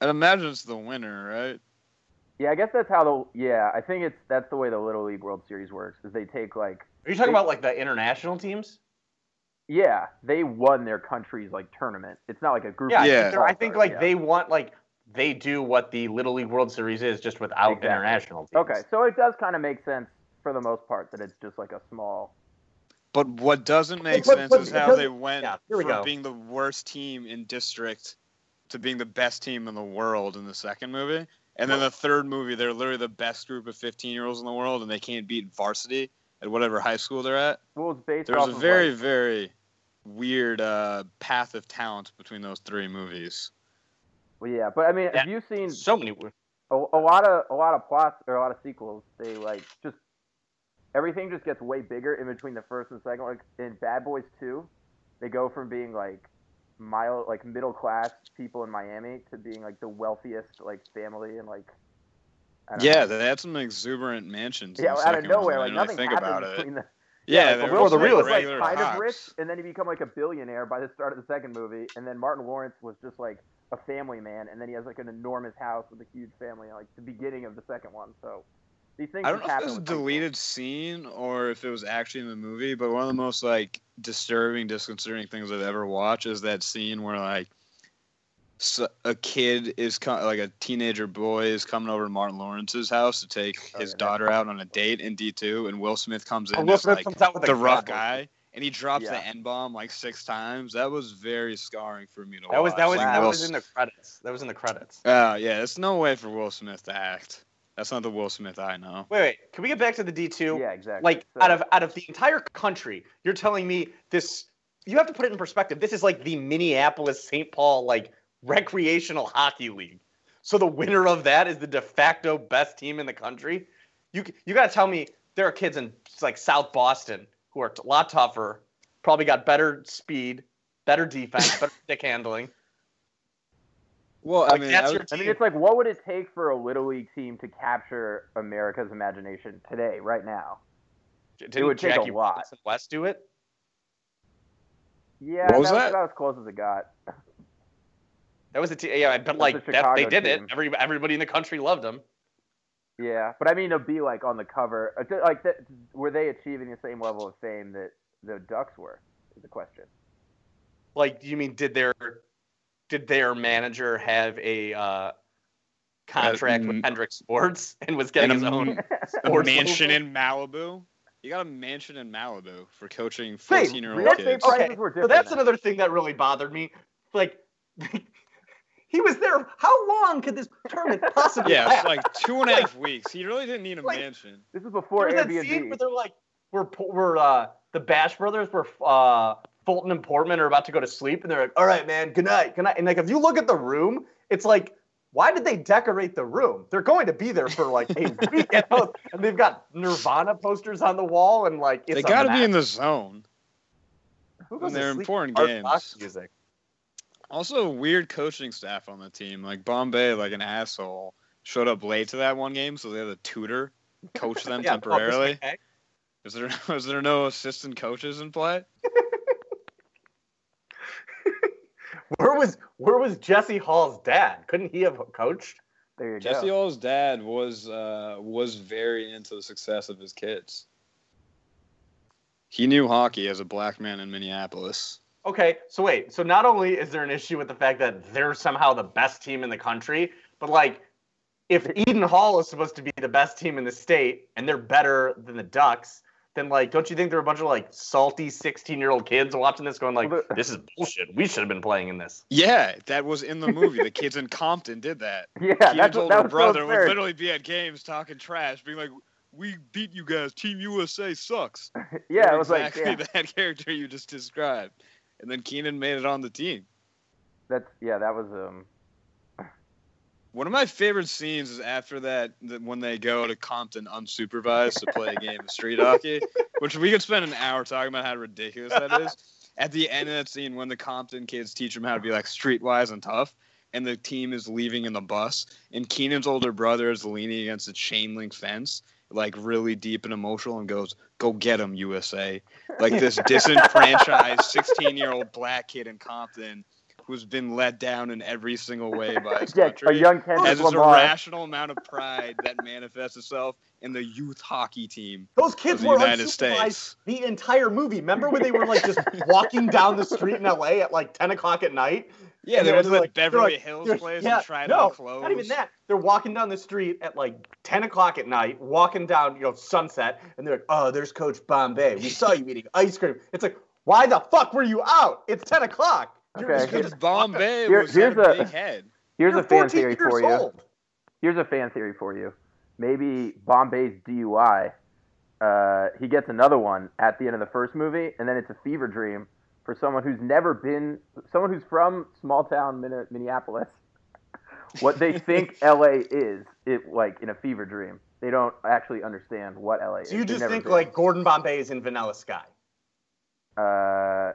Speaker 4: I'd imagine it's the winner, right?
Speaker 3: Yeah, I guess that's how the yeah. I think it's that's the way the Little League World Series works. Is they take like
Speaker 2: Are you talking about like the international teams?
Speaker 3: yeah, they won their country's like tournament. It's not like a group.
Speaker 2: Yeah, I
Speaker 4: Yeah.
Speaker 2: think, they're- I think like
Speaker 3: Yeah.
Speaker 2: they want like they do what the Little League World Series is, just without
Speaker 3: Exactly.
Speaker 2: international teams.
Speaker 3: Okay, so it does kind of make sense for the most part that it's just like a small.
Speaker 4: But what doesn't make
Speaker 2: But-
Speaker 4: sense
Speaker 2: but-
Speaker 4: is how
Speaker 2: because-
Speaker 4: they went
Speaker 2: yeah, here we
Speaker 4: from
Speaker 2: go.
Speaker 4: being the worst team in district to being the best team in the world in the second movie. And then the third movie, they're literally the best group of 15 year olds in the world, and they can't beat varsity at whatever high school they're at.
Speaker 3: Well, it's based
Speaker 4: There's
Speaker 3: off
Speaker 4: a
Speaker 3: of,
Speaker 4: very,
Speaker 3: like-
Speaker 4: very weird uh, path of talent between those three movies.
Speaker 3: well, yeah, but I mean, have you seen
Speaker 2: So many.
Speaker 3: a, a lot of a lot of plots or a lot of sequels? They like just everything just gets way bigger in between the first and second. Like in Bad Boys Two, they go from being like mild, like middle class people in Miami to being like the wealthiest like family and like. I don't
Speaker 4: Yeah,
Speaker 3: know.
Speaker 4: they had some exuberant mansions. in
Speaker 3: Yeah,
Speaker 4: the
Speaker 3: out of
Speaker 4: second one,
Speaker 3: nowhere,
Speaker 4: I
Speaker 3: like
Speaker 4: didn't really
Speaker 3: nothing
Speaker 4: think
Speaker 3: happened
Speaker 4: about it.
Speaker 3: between the.
Speaker 4: Yeah,
Speaker 2: like,
Speaker 4: they're
Speaker 2: well,
Speaker 4: just
Speaker 2: the
Speaker 4: like
Speaker 2: real estate
Speaker 4: regular
Speaker 3: like kind
Speaker 4: cops.
Speaker 3: of rich, and then he become like a billionaire by the start of the second movie, and then Martin Lawrence was just like a family man, and then he has like an enormous house with a huge family, like the beginning of the second one. So these things.
Speaker 4: I don't
Speaker 3: just
Speaker 4: know if it
Speaker 3: happen
Speaker 4: was a
Speaker 3: with people.
Speaker 4: deleted scene or if it was actually in the movie, but one of the most like disturbing, disconcerting things I've ever watched is that scene where like s a kid is co- like a teenager boy is coming over to Martin Lawrence's house to take
Speaker 3: Oh,
Speaker 4: his
Speaker 3: yeah, that-
Speaker 4: daughter out on a date in D two, and Will Smith comes in
Speaker 2: Oh, Will
Speaker 4: as
Speaker 2: Smith
Speaker 4: like
Speaker 2: comes out with a
Speaker 4: the rough
Speaker 2: gun.
Speaker 4: guy. And he drops
Speaker 3: Yeah.
Speaker 4: the N bomb like six times. That was very scarring for me to
Speaker 2: That was
Speaker 4: watch.
Speaker 2: that was
Speaker 4: Like,
Speaker 2: that
Speaker 4: Will
Speaker 2: was in the credits. That was in the credits.
Speaker 4: Oh, yeah, there's no way for Will Smith to act. That's not the Will Smith I know.
Speaker 2: Wait, wait. Can we get back to the D two?
Speaker 3: Yeah, exactly.
Speaker 2: Like
Speaker 3: So-
Speaker 2: out of out of the entire country, you're telling me this. You have to put it in perspective. This is like the Minneapolis St. Paul like recreational hockey league. So the winner of that is the de facto best team in the country. You you got to tell me there are kids in like South Boston who are a lot tougher, probably got better speed, better defense,
Speaker 3: (laughs)
Speaker 2: better stick handling.
Speaker 4: Well, I
Speaker 2: Like
Speaker 4: mean,
Speaker 2: that's
Speaker 4: I
Speaker 2: your
Speaker 3: I mean,
Speaker 2: team.
Speaker 3: it's like, what would it take for a little league team to capture America's imagination today, right now?
Speaker 2: Didn't
Speaker 3: would take a
Speaker 2: Jackie
Speaker 3: lot.
Speaker 2: Robinson West do it?
Speaker 3: Yeah,
Speaker 4: What was
Speaker 3: that,
Speaker 4: that?
Speaker 3: about as close as it got.
Speaker 2: That was the team. Yeah, but like
Speaker 3: the
Speaker 2: that, they
Speaker 3: Chicago
Speaker 2: did it.
Speaker 3: team.
Speaker 2: Every, everybody in the country loved him.
Speaker 3: Yeah, but I mean, to be like on the cover, uh, th- like that, were they achieving the same level of fame that the Ducks were? Is the
Speaker 4: (laughs)
Speaker 3: question.
Speaker 2: Like, you mean did their did their manager have a uh, contract
Speaker 4: mm.
Speaker 2: with Hendrick Sports (laughs) and was getting
Speaker 4: And
Speaker 2: his
Speaker 3: (laughs)
Speaker 4: a-
Speaker 2: own?
Speaker 4: (laughs) a
Speaker 2: Sports
Speaker 4: mansion
Speaker 2: local.
Speaker 4: in Malibu. You got a mansion in Malibu for coaching
Speaker 2: Wait,
Speaker 4: fourteen-year-old
Speaker 2: that's
Speaker 3: Real
Speaker 2: okay.
Speaker 3: estate
Speaker 4: kids.
Speaker 2: Okay,
Speaker 3: prices Oh, were
Speaker 2: So
Speaker 3: different.
Speaker 2: that's
Speaker 3: then.
Speaker 2: another thing that really bothered me. Like, (laughs) he was there. How long could this tournament possibly
Speaker 4: Yeah,
Speaker 2: last? (laughs)
Speaker 4: it's like two and a half weeks. He really didn't need a
Speaker 2: Like-
Speaker 4: mansion.
Speaker 3: This is before
Speaker 2: there was that scene
Speaker 3: Airbnb.
Speaker 2: where they're like, we're, po- we're uh, the Bash brothers were uh, Fulton and Portman are about to go to sleep, and they're like, all right, man, good night, good night. And like, if you look at the room, it's like, why did they decorate the room? They're going to be there for like a week at most, and they've got Nirvana posters on the wall, and like, it's
Speaker 4: they
Speaker 2: got
Speaker 4: got to be in the zone.
Speaker 2: Who
Speaker 4: when
Speaker 2: to
Speaker 4: they're
Speaker 2: sleep to
Speaker 4: important
Speaker 2: hard
Speaker 4: games.
Speaker 2: rock music.
Speaker 4: Also, weird coaching staff on the team. Like Bombay, like an asshole, showed up late to that one game, so they had a tutor coach them
Speaker 2: (laughs) Yeah, Bob was
Speaker 4: temporarily.
Speaker 2: okay.
Speaker 4: Is there (laughs) is there no assistant coaches in play?
Speaker 2: Where was where was Jesse Hall's dad? Couldn't he have coached?
Speaker 3: There you
Speaker 4: Jesse
Speaker 3: go.
Speaker 4: Hall's dad was uh, was very into the success of his kids. He knew hockey as a black man in Minneapolis.
Speaker 2: Okay, so wait. So not only is there an issue with the fact that they're somehow the best team in the country, but like if Eden Hall is supposed to be the best team in the state and they're better than the Ducks, then like don't you think there are a bunch of like salty 16-year-old kids watching this going like
Speaker 3: Well, the-
Speaker 2: this is bullshit. We should have been playing in this.
Speaker 4: Yeah, that was in the movie. the kids (laughs) in Compton did that.
Speaker 3: (laughs) Yeah,
Speaker 4: he
Speaker 3: that's
Speaker 4: told
Speaker 3: what, that
Speaker 4: her
Speaker 3: was
Speaker 4: brother
Speaker 3: so
Speaker 4: would
Speaker 3: absurd.
Speaker 4: literally be at games talking trash, being like, "We beat you guys. Team USA sucks."
Speaker 3: (laughs) Yeah, it was like,
Speaker 4: exactly
Speaker 3: yeah,
Speaker 4: (laughs) that character you just described. And then Keenan made it on the team.
Speaker 3: that's yeah, that was um.
Speaker 4: One of my favorite scenes is after that, that when they go to Compton unsupervised to play a game of street hockey, which we could spend an hour talking about how ridiculous that is. At the end of that scene, when the Compton kids teach them how to be like streetwise and tough, and the team is leaving in the bus, and Keenan's older brother is leaning against a chain link fence, like really deep and emotional, and goes, "Go get 'em, USA!" Like this disenfranchised sixteen-year-old black kid in Compton who's been let down in every single way by his
Speaker 3: Yeah,
Speaker 4: country
Speaker 3: a young Kendrick
Speaker 4: as it's a
Speaker 3: Lamar.
Speaker 4: rational amount of pride that manifests itself in the youth hockey team
Speaker 2: Those
Speaker 4: of
Speaker 2: kids
Speaker 4: the
Speaker 2: were
Speaker 4: United
Speaker 2: unsupervised
Speaker 4: States.
Speaker 2: the entire movie. Remember when they were like just walking down the street in LA at like 10 o'clock at night?
Speaker 4: Yeah,
Speaker 2: And
Speaker 4: they
Speaker 2: they're
Speaker 4: went to
Speaker 2: like-
Speaker 4: that
Speaker 2: they're
Speaker 4: Beverly
Speaker 2: like-
Speaker 4: Hills
Speaker 2: they're-
Speaker 4: place
Speaker 2: yeah,
Speaker 4: and tried
Speaker 2: no,
Speaker 4: on clothes.
Speaker 2: Not even that. They're walking down the street at like 10 o'clock at night, walking down, you know, sunset, and they're like, oh, there's Coach Bombay. We saw you eating ice cream. It's like, why the fuck were you out? It's 10 o'clock. You're,
Speaker 3: Okay.
Speaker 2: you're
Speaker 4: Because
Speaker 2: just-
Speaker 4: Bombay
Speaker 3: Here-
Speaker 4: was
Speaker 3: here's
Speaker 4: had a
Speaker 3: a-
Speaker 4: big head.
Speaker 3: Here's
Speaker 2: you're
Speaker 3: a fan
Speaker 2: 14
Speaker 3: theory
Speaker 2: years
Speaker 3: for you.
Speaker 2: old.
Speaker 3: Here's a fan theory for you. Maybe Bombay's DUI. Uh, he gets another one at the end of the first movie, and then it's a fever dream for someone who's never been, someone who's from small town Min- Minneapolis. (laughs) What they
Speaker 2: (laughs)
Speaker 3: think LA is, it like in a fever dream. They don't actually understand what LA is.
Speaker 2: So you
Speaker 3: They've
Speaker 2: just
Speaker 3: never
Speaker 2: think
Speaker 3: been.
Speaker 2: like Gordon Bombay is in Vanilla Sky.
Speaker 3: Uh,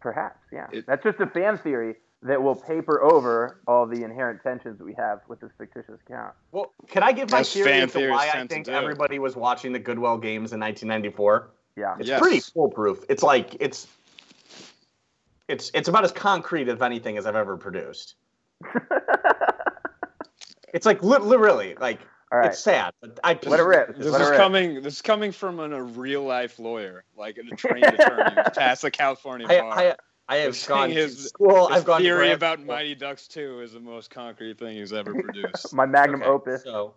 Speaker 3: perhaps, yeah.
Speaker 4: It-
Speaker 3: That's just a fan theory that will paper over all the inherent tensions we have with this fictitious account.
Speaker 2: Well, can I give my
Speaker 4: That's
Speaker 2: theory
Speaker 4: fan
Speaker 2: into
Speaker 4: theories
Speaker 2: why I
Speaker 4: tend to
Speaker 2: think
Speaker 4: do.
Speaker 2: everybody was watching the Goodwill games in 1994?
Speaker 3: Yeah.
Speaker 2: It's
Speaker 4: Yes.
Speaker 2: pretty foolproof. It's like it's it's it's about as concrete of anything as I've ever
Speaker 4: (laughs)
Speaker 2: produced. It's like li- literally like
Speaker 3: All right.
Speaker 2: it's sad, but I
Speaker 3: Let it rip.
Speaker 4: This
Speaker 3: Let it
Speaker 4: is
Speaker 3: rip.
Speaker 4: coming. This is coming from an, a real life lawyer, like a
Speaker 2: (laughs)
Speaker 4: trained attorney who's passed the California
Speaker 2: I,
Speaker 4: bar.
Speaker 2: I, I have
Speaker 4: This
Speaker 2: gone
Speaker 4: thing
Speaker 2: to
Speaker 4: is-
Speaker 2: school.
Speaker 4: His
Speaker 2: I've gone to
Speaker 4: theory
Speaker 2: grad
Speaker 4: about
Speaker 2: school.
Speaker 4: Mighty Ducks 2 is the most concrete thing
Speaker 2: (laughs)
Speaker 4: he's ever produced.
Speaker 3: My magnum
Speaker 2: Okay,
Speaker 3: opus. (laughs)
Speaker 2: So,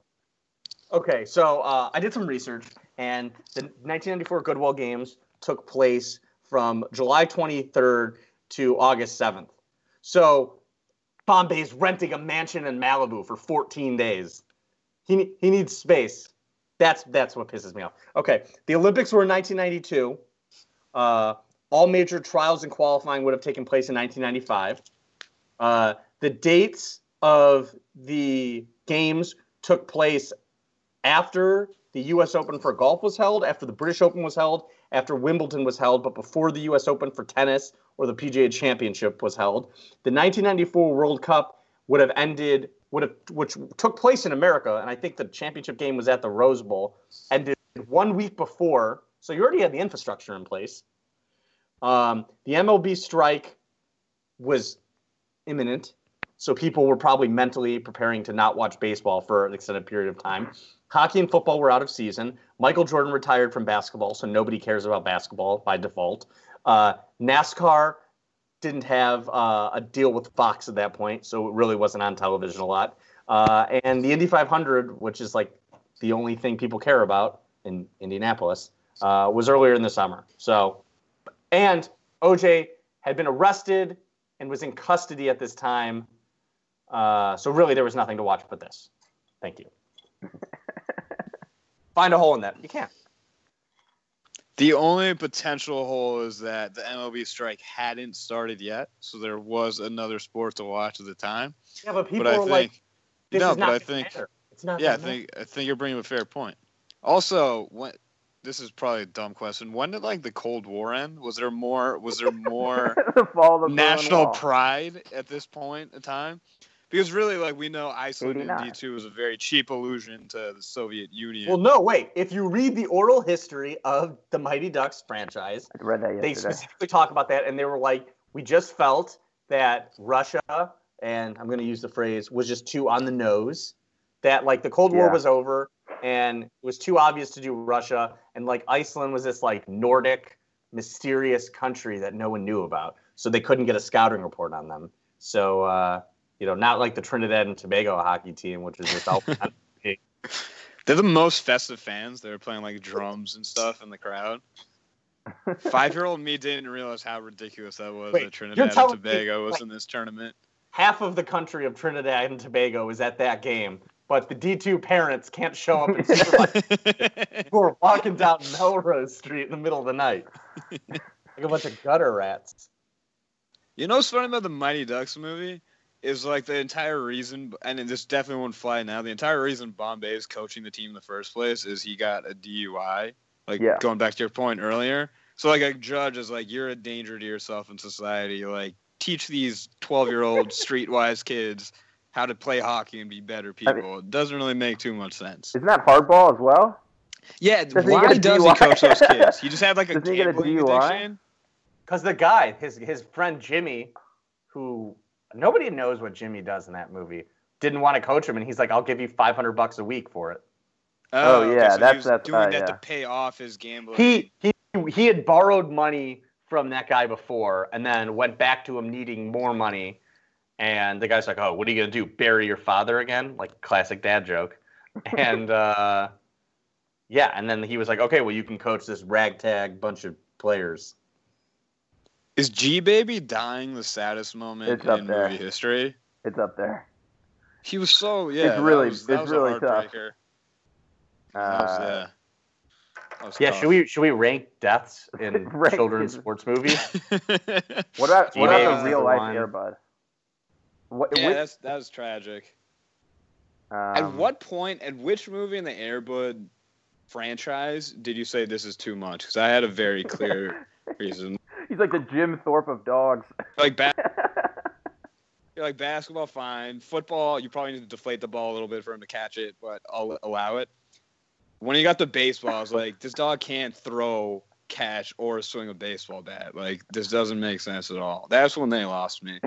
Speaker 2: okay, so uh, I did some research, and the 1994 Goodwill Games took place from July 23rd to August 7th. So, Bombay's renting a mansion in Malibu for 14 days. He ne- he needs space. That's that's what pisses me off. Okay, the Olympics were in 1992. Uh, all major trials and qualifying would have taken place in 1995. Uh, the dates of the games took place after the U.S. Open for golf was held, after the British Open was held, after Wimbledon was held, but before the U.S. Open for tennis or the PGA Championship was held. The 1994 World Cup would have ended, would have, which took place in America, and I think the championship game was at the Rose Bowl, ended one week before. So you already had the infrastructure in place. Um, the MLB strike was imminent. So people were probably mentally preparing to not watch baseball for an extended period of time. Hockey and football were out of season. Michael Jordan retired from basketball, so nobody cares about basketball by default. Uh, NASCAR didn't have uh, a deal with Fox at that point, so it really wasn't on television a lot. Uh, and the Indy 500, which is like the only thing people care about in Indianapolis, uh, was earlier in the summer. So, and OJ had been arrested and was in custody at this time. Uh, so really, there was nothing to watch but this. Thank (laughs) you. Find a hole in that. You can't.
Speaker 4: the only potential hole is that the MLB strike hadn't started yet, so there was another sport to watch at the time.
Speaker 2: Yeah, but people
Speaker 4: but I
Speaker 2: are
Speaker 4: think,
Speaker 2: like, this
Speaker 4: no,
Speaker 2: is not
Speaker 4: but I
Speaker 2: gonna
Speaker 4: think,
Speaker 2: matter. It's not.
Speaker 4: yeah, I
Speaker 2: gonna matter.
Speaker 4: think I think you're bringing up a fair point. Also, when this is probably a dumb question. When did like the Cold War end? Was there more? Was there
Speaker 2: (laughs)
Speaker 4: more?
Speaker 3: the fall of the Berlin
Speaker 4: national
Speaker 3: Wall.
Speaker 4: pride at this point in time because really like we know iceland in
Speaker 3: 89.
Speaker 4: d2 was a very cheap allusion to the soviet union
Speaker 2: Well, no, wait. If you read the oral history of the Mighty Ducks franchise,
Speaker 3: I read that
Speaker 2: they
Speaker 3: yesterday.
Speaker 2: specifically talk about that, and they were like, "We just felt that Russia and I'm going to use the phrase was just too on the nose. That like the Cold War
Speaker 3: Yeah.
Speaker 2: was over, and it was too obvious to do Russia, and like Iceland was this like Nordic mysterious country that no one knew about, so they couldn't get a scouting report on them. So uh, you know, not like the Trinidad and Tobago hockey team, which is
Speaker 3: (laughs)
Speaker 2: just all
Speaker 4: they're the most festive fans they were playing like drums and stuff in
Speaker 2: (laughs)
Speaker 4: the crowd five-year-old me didn't realize how ridiculous that was
Speaker 2: Wait,
Speaker 4: that
Speaker 2: you're
Speaker 4: trinidad and
Speaker 2: telling me,
Speaker 4: tobago was
Speaker 2: like-
Speaker 4: in this tournament
Speaker 2: half of the country of Trinidad and Tobago is at that game, but the D2 parents can't show up
Speaker 3: (laughs)
Speaker 2: and supervise.
Speaker 4: (laughs)
Speaker 2: who are walking down Melrose Street in the middle of the night. Like a bunch of gutter rats.
Speaker 4: you know what's funny about the mighty ducks movie is like the entire reason, and this definitely won't fly now. The entire reason Bombay is coaching the team in the first place is he got a DUI. Like
Speaker 3: Yeah.
Speaker 4: going back to your point earlier. So like a judge is like, you're a danger to yourself and society. Like teach these 12
Speaker 3: (laughs)
Speaker 4: year old streetwise kids how to play hockey and be better
Speaker 3: I
Speaker 4: people.
Speaker 3: mean-
Speaker 4: it doesn't really make too much sense.
Speaker 3: Isn't that hardball as well?
Speaker 4: Yeah,
Speaker 3: Doesn't he
Speaker 4: why
Speaker 3: get a
Speaker 4: does he
Speaker 3: DUI?
Speaker 4: coach those kids? He just had like a
Speaker 3: Doesn't he get a
Speaker 4: gambling
Speaker 3: DUI?
Speaker 4: addiction.
Speaker 2: Because the guy, his his friend Jimmy, who nobody knows what Jimmy does in that movie, didn't want to coach him, and he's like, "I'll give you 500 bucks a week for it."
Speaker 3: Oh, yeah,
Speaker 4: okay, so he
Speaker 3: that's-
Speaker 4: was
Speaker 3: that's-
Speaker 4: doing
Speaker 3: uh,
Speaker 4: that to
Speaker 3: yeah.
Speaker 4: pay off his gambling.
Speaker 2: He he he had borrowed money from that guy before, and then went back to him needing more money. And the guy's like, "Oh, what are you gonna do? Bury your father again?" Like classic dad joke. And uh, yeah, and then he was like, "Okay, well, you can coach this ragtag bunch of players."
Speaker 4: Is G Baby dying the saddest moment
Speaker 3: It's up
Speaker 4: in
Speaker 3: there.
Speaker 4: movie history?
Speaker 3: It's up there.
Speaker 4: He was so yeah. that
Speaker 3: really-
Speaker 4: was, that
Speaker 3: it's
Speaker 4: was
Speaker 3: really
Speaker 4: a
Speaker 3: tough.
Speaker 4: heartbreaker. That was,
Speaker 3: Uh,
Speaker 4: yeah. That was
Speaker 2: Yeah,
Speaker 4: tough.
Speaker 2: should we should we rank deaths in
Speaker 3: Rank
Speaker 2: children's
Speaker 3: is-
Speaker 2: sports movies?
Speaker 4: (laughs)
Speaker 3: What about what about
Speaker 4: G-Baby's
Speaker 3: the real
Speaker 2: the
Speaker 3: life
Speaker 2: one.
Speaker 3: Airbud? What,
Speaker 4: yeah,
Speaker 3: which-
Speaker 4: that's that was tragic. at
Speaker 3: um,
Speaker 4: what point? At which movie in the Airbud franchise did you say this is too much? Because I had a
Speaker 3: (laughs)
Speaker 4: very clear reason.
Speaker 3: He's like the Jim Thorpe of dogs. (laughs)
Speaker 4: Like ba- you're like basketball, fine. Football, you probably need to deflate the ball a little bit for him to catch it, but I'll allow it. When he got the baseball, I was like, this dog can't throw catch or swing a baseball bat. Like this doesn't make sense at all. That's when they lost me.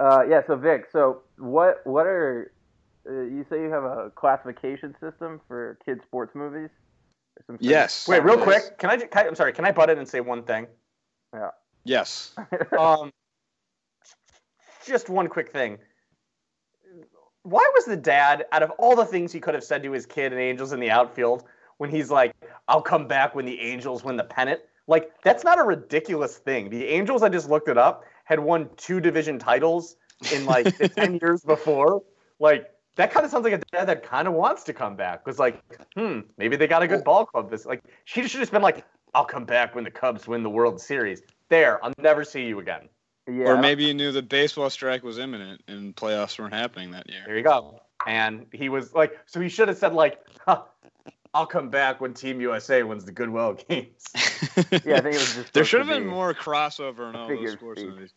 Speaker 3: uh, yeah. So Vic, so what? What are uh, you say you have a classification system for kids sports movies? Or some sort of-
Speaker 4: Yes.
Speaker 2: Wait, real quick. Can I, ju- can I? I'm sorry. Can I butt in and say one thing?
Speaker 4: Yes.
Speaker 2: Um, just one quick thing. Why was the dad, out of all the things he could have said to his kid and Angels in the outfield, when he's like, "I'll come back when the Angels win the pennant"? Like, that's not a ridiculous thing. The Angels, I just looked it up, had won two division titles in like the ten years before. Like, that kind of sounds like a dad that kind of wants to come back. Was like, hmm, maybe they got a good ball club. This like, she should have just been like, "I'll come back when the Cubs win the World Series." There, I'll never see you again.
Speaker 3: (laughs) Yeah.
Speaker 4: Or maybe you knew the baseball strike was imminent and playoffs weren't happening that year.
Speaker 2: There you go. And he was like, so he should have said like, huh, "I'll come back when Team USA wins the Goodwill Games." (laughs)
Speaker 3: Yeah, I think it was just.
Speaker 4: (laughs) There
Speaker 3: supposed
Speaker 4: should have
Speaker 3: to
Speaker 4: been
Speaker 3: be-
Speaker 4: more crossover in all
Speaker 3: figure
Speaker 4: those sports
Speaker 3: speak.
Speaker 4: movies.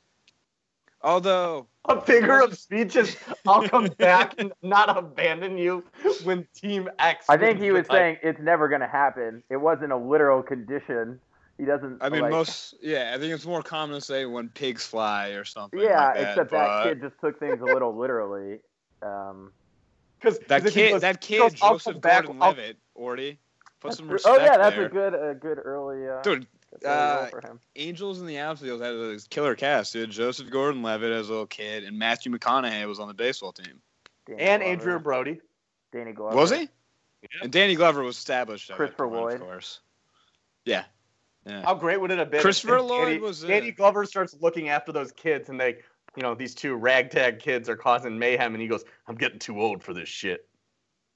Speaker 4: Although
Speaker 2: A figure of speech is, "I'll come back and not abandon you when Team X."
Speaker 3: I think
Speaker 2: wins
Speaker 3: he
Speaker 2: the
Speaker 3: was
Speaker 2: title."
Speaker 3: saying it's never going to happen. It wasn't a literal condition. He doesn't.
Speaker 4: I mean
Speaker 3: like-
Speaker 4: most yeah, I think it's more common to say when pigs fly or something.
Speaker 3: Yeah,
Speaker 4: like that,
Speaker 3: except
Speaker 4: but
Speaker 3: that kid just took things a little literally. Um,
Speaker 2: because
Speaker 4: That
Speaker 2: because he
Speaker 4: kid,
Speaker 2: goes-
Speaker 4: that
Speaker 2: he
Speaker 4: kid,
Speaker 2: goes, "I'll
Speaker 4: Joseph
Speaker 2: come back, I'll-
Speaker 4: Gordon-Levitt, Orty, put
Speaker 3: that's
Speaker 4: some
Speaker 3: re-
Speaker 4: respect
Speaker 3: oh yeah, that's
Speaker 4: there.
Speaker 3: a good a good early. Uh,
Speaker 4: Dude,
Speaker 3: that's early role
Speaker 4: uh,
Speaker 3: for him.
Speaker 4: Angels in the Outfield had a killer cast, dude. Joseph Gordon-Levitt as a little kid, and Matthew McConaughey was on the baseball team.
Speaker 3: Danny
Speaker 2: and
Speaker 3: Glover,
Speaker 2: Andrew Brody.
Speaker 3: Danny Glover.
Speaker 4: Was he? And Danny Glover was established. at that
Speaker 3: Christopher
Speaker 4: point,
Speaker 3: Lloyd.
Speaker 4: of course. Yeah. Yeah.
Speaker 2: How great would it have been? if
Speaker 4: Christopher
Speaker 2: Danny-
Speaker 4: Lloyd was in
Speaker 2: Danny
Speaker 4: it.
Speaker 2: Glover starts looking after those kids, and they, you know, these two ragtag kids are causing mayhem, and he goes, "I'm getting too old for this shit."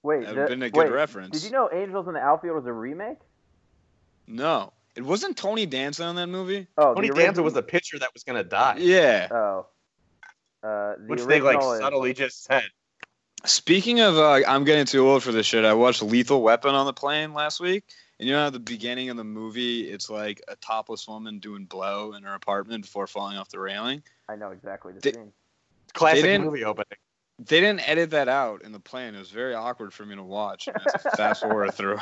Speaker 3: Wait,
Speaker 4: That would
Speaker 3: the-
Speaker 4: have been a good
Speaker 3: wait,
Speaker 4: reference.
Speaker 3: Did you know Angels in the Outfield was a remake?
Speaker 4: No. It wasn't Tony Danza in that movie?
Speaker 3: Oh,
Speaker 2: Tony
Speaker 3: the
Speaker 2: Danza
Speaker 3: original-
Speaker 2: was a pitcher that was gonna die.
Speaker 4: Yeah.
Speaker 3: Oh. Uh, the
Speaker 2: which they like
Speaker 3: original is-
Speaker 2: subtly just said.
Speaker 4: Speaking of, uh, I'm getting too old for this shit. I watched Lethal Weapon on the plane last week, and you know how the beginning of the movie, it's like a topless woman doing blow in her apartment before falling off the railing.
Speaker 3: I know exactly the
Speaker 4: Did-
Speaker 3: scene.
Speaker 2: Classic
Speaker 4: didn't-
Speaker 2: movie opening.
Speaker 4: They didn't edit that out in the plane. It was very awkward for me to watch. and I had to fast forward through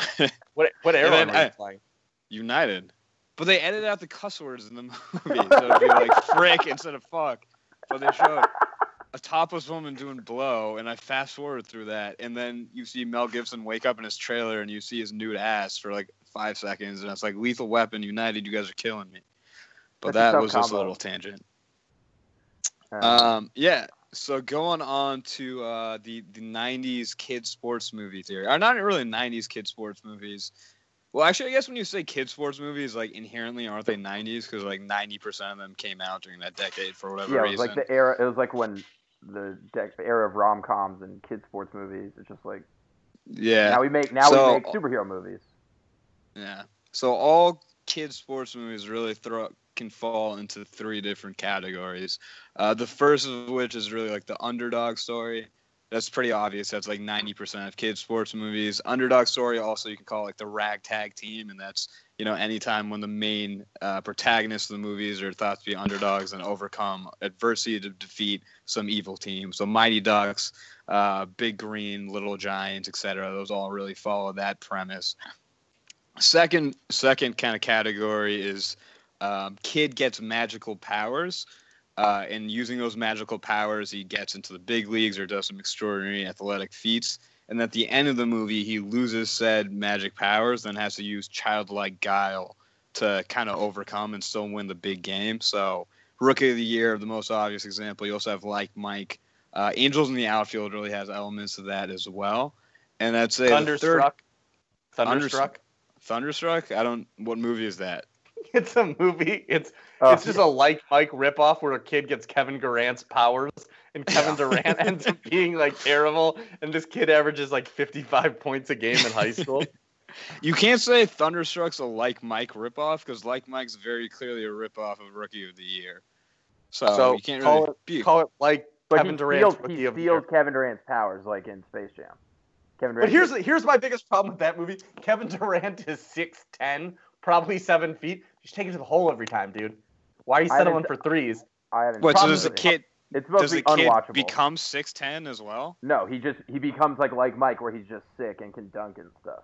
Speaker 2: What what era
Speaker 4: then
Speaker 2: were you
Speaker 4: I-
Speaker 2: playing?
Speaker 4: United, but they edited out the cuss words in the (laughs) movie, so it'd be like frick instead of fuck. But they showed a topless woman doing blow, and I fast forward through that, and then you see Mel Gibson wake up in his trailer, and you see his nude ass for like five seconds, and it's like Lethal Weapon, United, you guys are killing me. But
Speaker 3: That's a
Speaker 4: that
Speaker 3: tough
Speaker 4: was just a
Speaker 3: combo.
Speaker 4: little tangent.
Speaker 3: Uh,
Speaker 4: Um, yeah. So going on to uh, the the '90s kid sports movie theory, or not really '90s kid sports movies. Well, actually, I guess when you say kid sports movies, like inherently aren't they '90s? Because like 90% of them came out during that decade for whatever
Speaker 3: Um, yeah, it was
Speaker 4: reason.
Speaker 3: like the era. It was like when the dec- the era of rom coms and kids sports movies. It's just like
Speaker 4: yeah,
Speaker 3: now we make now
Speaker 4: So-
Speaker 3: we make superhero movies.
Speaker 4: yeah. So all kid sports movies really throw can fall into three different categories. Uh, the first of which is really like the underdog story. That's pretty obvious. That's like 90% of kids' sports movies. Underdog story, also, you can call it like the ragtag team. And that's, you know, anytime when the main uh, protagonists of the movies are thought to be underdogs and overcome adversity to defeat some evil team. So Mighty Ducks, uh, Big Green, Little Giants, etc. Those all really follow that premise. Second, second kind of category is um, kid gets magical powers uh, and using those magical powers, he gets into the big leagues or does some extraordinary athletic feats. And at the end of the movie, he loses said magic powers, then has to use childlike guile to kind of overcome and still win the big game. So, rookie of the year, the most obvious example. You also have like Mike. Uh, Angels in the outfield really has elements of that as well. And I'd say the third-
Speaker 2: Thunderstruck. Thunderstruck.
Speaker 4: Thunderstruck. I don't. What movie is that?
Speaker 2: (laughs) It's a movie. It's
Speaker 3: Oh,
Speaker 2: it's just a like Mike ripoff where a kid gets Kevin Durant's powers and Kevin Durant (laughs) ends up being like terrible and this kid averages like 55 points a game in high school.
Speaker 4: You can't say Thunderstruck's a like Mike ripoff because like Mike's very clearly a ripoff of Rookie of the Year. So,
Speaker 2: So,
Speaker 4: you can't
Speaker 2: call
Speaker 4: really be.
Speaker 2: Call it like
Speaker 3: but
Speaker 2: Kevin
Speaker 3: he
Speaker 2: Durant's
Speaker 3: steals,
Speaker 2: rookie
Speaker 3: he
Speaker 2: of the year.
Speaker 3: steals Kevin Durant's powers like in Space Jam. Kevin
Speaker 2: But
Speaker 3: Durant.
Speaker 2: here's here's my biggest problem with that movie. Kevin Durant is six ten, probably seven feet. You should take it to the hole every time, dude. Why are you
Speaker 3: I
Speaker 2: settling
Speaker 3: didn't-
Speaker 2: for threes?
Speaker 3: I haven't.
Speaker 4: What? So
Speaker 3: seen
Speaker 4: does the
Speaker 3: it.
Speaker 4: kid
Speaker 3: It's supposed
Speaker 4: does
Speaker 3: to
Speaker 4: the
Speaker 3: be
Speaker 4: kid
Speaker 3: unwatchable.
Speaker 4: become six ten as well?
Speaker 3: No, he just he becomes like like Mike, where he's just sick and can dunk and stuff.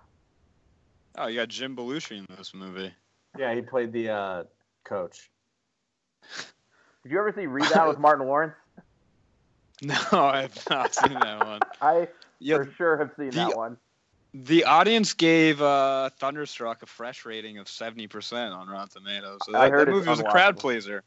Speaker 4: Oh, you got Jim Belushi in this movie. (laughs)
Speaker 2: Yeah, he played the uh, coach.
Speaker 3: Did you ever see Rebound
Speaker 4: (laughs)
Speaker 3: with Martin Lawrence?
Speaker 4: No, I've not seen that one.
Speaker 3: I
Speaker 4: Yeah,
Speaker 3: for sure have seen
Speaker 4: the-
Speaker 3: that one.
Speaker 4: the audience gave uh, Thunderstruck a fresh rating of seventy percent on Rotten Tomatoes. So that,
Speaker 3: I heard
Speaker 4: that
Speaker 3: it's
Speaker 4: movie was a crowd
Speaker 3: unwatchable.
Speaker 4: pleaser.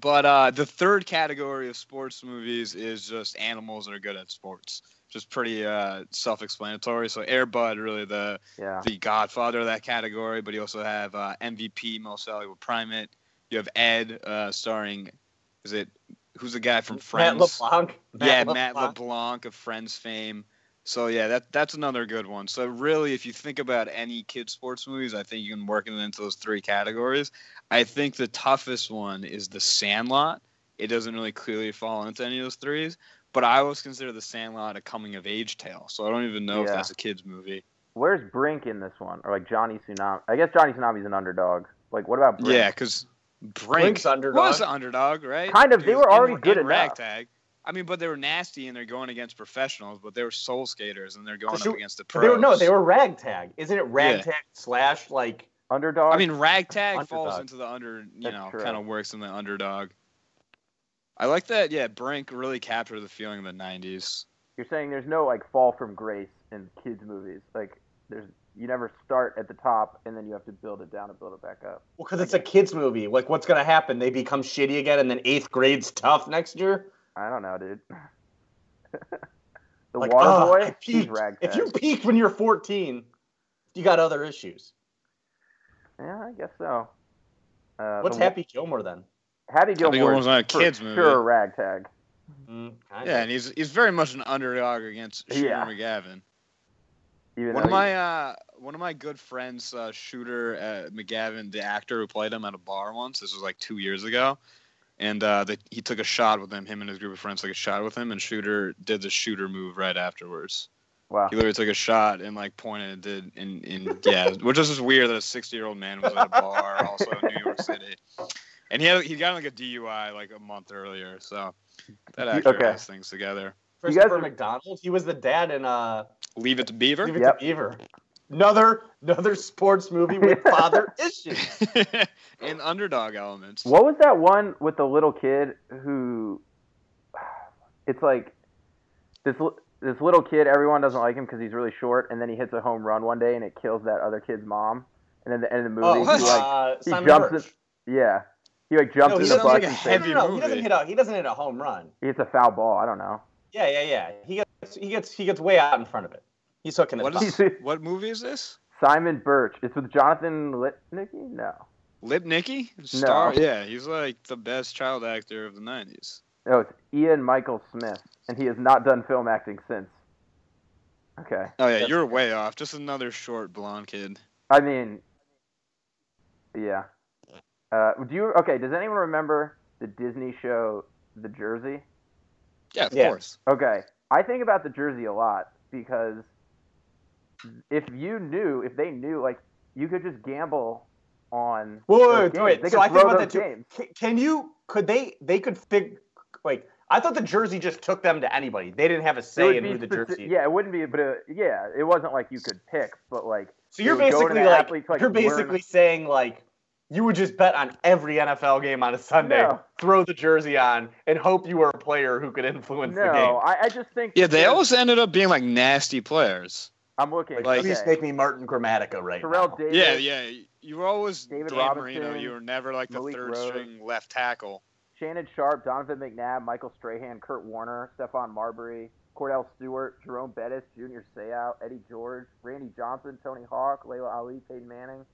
Speaker 4: But uh, the third category of sports movies is just animals that are good at sports. Just pretty uh, self-explanatory. So Air Bud, really the
Speaker 3: Yeah.
Speaker 4: the godfather of that category, but you also have uh, MVP, Most Valuable Primate. You have Ed, uh, starring, is it, who's the guy from Friends?
Speaker 2: Matt LeBlanc.
Speaker 4: yeah, Matt LeBlanc of Friends fame. So yeah, that that's another good one. So really, if you think about any kid sports movies, I think you can work it into those three categories. I think the toughest one is The Sandlot. It doesn't really clearly fall into any of those threes, but I always consider The Sandlot a coming of age tale. So I don't even know if
Speaker 3: Yeah.
Speaker 4: that's a kids movie.
Speaker 3: Where's Brink in this one? Or like Johnny Tsunami? I guess Johnny Tsunami's an underdog. Like what about Brink?
Speaker 4: Yeah, because Brink
Speaker 2: Brink's underdog.
Speaker 4: was the underdog, right?
Speaker 3: Kind of, they
Speaker 4: He was
Speaker 3: were already
Speaker 4: in-
Speaker 3: good
Speaker 4: in
Speaker 3: enough.
Speaker 4: ragtag. I mean, but they were nasty and they're going against professionals, but they were soul skaters and they're going
Speaker 2: So
Speaker 4: up against the
Speaker 2: But
Speaker 4: pros.
Speaker 2: they were, no, they were ragtag. Isn't it ragtag slash like?
Speaker 3: Underdog.
Speaker 4: I mean, ragtag falls
Speaker 2: Underdog.
Speaker 4: into the under, you
Speaker 3: That's
Speaker 4: know,
Speaker 3: correct.
Speaker 4: kind of works in the underdog. I like that. Yeah, Brink really captured the feeling of the '90s.
Speaker 3: you're saying there's no like fall from grace in kids movies. Like there's you never start at the top and then you have to build it down and build it back up.
Speaker 2: Well, because it's a kids movie. Like, what's gonna happen? They become shitty again, and then eighth grade's tough next year.
Speaker 3: I don't know, dude. (laughs) the
Speaker 2: like,
Speaker 3: water
Speaker 2: "Ugh,
Speaker 3: boy,
Speaker 2: I
Speaker 3: he's
Speaker 2: peaked.
Speaker 3: ragtag.
Speaker 2: If you peaked when you're 14, you got other issues.
Speaker 3: Yeah, I guess so. Uh,
Speaker 2: What's
Speaker 3: the-
Speaker 2: Happy Gilmore then?
Speaker 3: Happy
Speaker 4: Gilmore's
Speaker 3: Gilmore's
Speaker 4: not a
Speaker 3: for
Speaker 4: kids movie.
Speaker 3: Sure, ragtag.
Speaker 2: Mm, kind
Speaker 4: Yeah,
Speaker 2: of.
Speaker 4: and he's he's very much an underdog against Shooter
Speaker 3: Yeah.
Speaker 4: McGavin.
Speaker 3: Even
Speaker 4: One
Speaker 3: though
Speaker 4: of my uh, one of my good friends, uh, Shooter uh, McGavin, the actor who played him at a bar once. This was like two years ago, and uh, the, he took a shot with him. Him and his group of friends took a shot with him, and Shooter did the Shooter move right afterwards.
Speaker 3: he- wow.
Speaker 4: He literally took a shot and like pointed and did and, and yeah, which is just weird that a sixty year old man was at a bar, also in New York City, and he had he got like a DUI like a month earlier, so that actor
Speaker 3: Okay.
Speaker 4: has things together.
Speaker 2: Christopher
Speaker 3: You guys are-
Speaker 2: McDonald. He was the dad in uh,
Speaker 4: Leave it to Beaver.
Speaker 2: Leave It
Speaker 3: Yep.
Speaker 2: to Beaver. Another another sports movie with father issues.
Speaker 4: (laughs) and underdog elements.
Speaker 3: What was that one with the little kid who? (sighs) It's like this li- this little kid. Everyone doesn't like him because he's really short, and then he hits a home run one day, and it kills that other kid's mom. And then the end of the movie,
Speaker 2: Oh, (laughs)
Speaker 3: he like,
Speaker 2: uh,
Speaker 3: he
Speaker 2: Simon
Speaker 3: jumps
Speaker 2: Birch.
Speaker 3: yeah, he like jumps
Speaker 2: No,
Speaker 3: in
Speaker 2: he
Speaker 3: the
Speaker 2: sounds
Speaker 3: bus
Speaker 2: like
Speaker 4: a
Speaker 3: and
Speaker 2: No,
Speaker 3: says,
Speaker 2: no,
Speaker 4: heavy-
Speaker 2: no,
Speaker 4: movie.
Speaker 2: he doesn't hit a he doesn't hit a home run.
Speaker 3: it's a foul ball. I don't know.
Speaker 2: Yeah, yeah, yeah. He gets he gets he gets way out in front of it. He's hooking it.
Speaker 4: What
Speaker 2: up. (laughs)
Speaker 4: is what movie is this?
Speaker 3: Simon Birch. It's with Jonathan Litnicki. No.
Speaker 4: Lipnicki? Star? Yeah, he's like the best child actor of the '90s.
Speaker 3: No, it's Ian Michael Smith, and he has not done film acting since. Okay.
Speaker 4: Oh yeah,
Speaker 2: That's-
Speaker 4: you're way off. Just another short blonde kid.
Speaker 3: I mean, yeah. Uh, do you okay? Does anyone remember the Disney show The Jersey?
Speaker 4: Yeah, of
Speaker 2: Yeah.
Speaker 4: course.
Speaker 3: Okay, I think about The Jersey a lot because if you knew, if they knew, like you could just gamble on.
Speaker 2: Wait,
Speaker 3: those
Speaker 2: wait,
Speaker 3: games.
Speaker 2: wait.
Speaker 3: They
Speaker 2: So
Speaker 3: could
Speaker 2: I think
Speaker 3: throw
Speaker 2: about that
Speaker 3: those
Speaker 2: too.
Speaker 3: games.
Speaker 2: Can- Can you? Could they? They could fig. Like I thought the jersey just took them to anybody. They didn't have a
Speaker 3: It would
Speaker 2: say in
Speaker 3: be
Speaker 2: who the
Speaker 3: speci-
Speaker 2: jersey.
Speaker 3: Yeah, it wouldn't be, but uh yeah, it wasn't like you could pick, but like
Speaker 2: So you're
Speaker 3: They would go to
Speaker 2: basically
Speaker 3: the
Speaker 2: like
Speaker 3: athletes, like,
Speaker 2: you're
Speaker 3: learn-
Speaker 2: basically saying like you would just bet on every NFL game on a Sunday,
Speaker 3: No.
Speaker 2: throw the jersey on, and hope you were a player who could influence the game.
Speaker 3: no, I, I just think
Speaker 4: Yeah, they
Speaker 3: that-
Speaker 4: always ended up being like nasty players.
Speaker 3: I'm looking.
Speaker 2: Like,
Speaker 4: Like-
Speaker 2: please
Speaker 3: okay.
Speaker 2: make me Martin Grammatica right
Speaker 3: Terrell
Speaker 2: now.
Speaker 3: Davis.
Speaker 4: Yeah, yeah. You were always
Speaker 3: David
Speaker 4: Dan Marino.
Speaker 3: Robinson,
Speaker 4: You were never like the
Speaker 3: Malik
Speaker 4: third
Speaker 3: Rose.
Speaker 4: string left tackle.
Speaker 3: Shannon Sharp, Donovan McNabb, Michael Strahan, Kurt Warner, Stephon Marbury, Cordell Stewart, Jerome Bettis, Junior Seau, Eddie George, Randy Johnson, Tony Hawk, Layla Ali, Peyton Manning.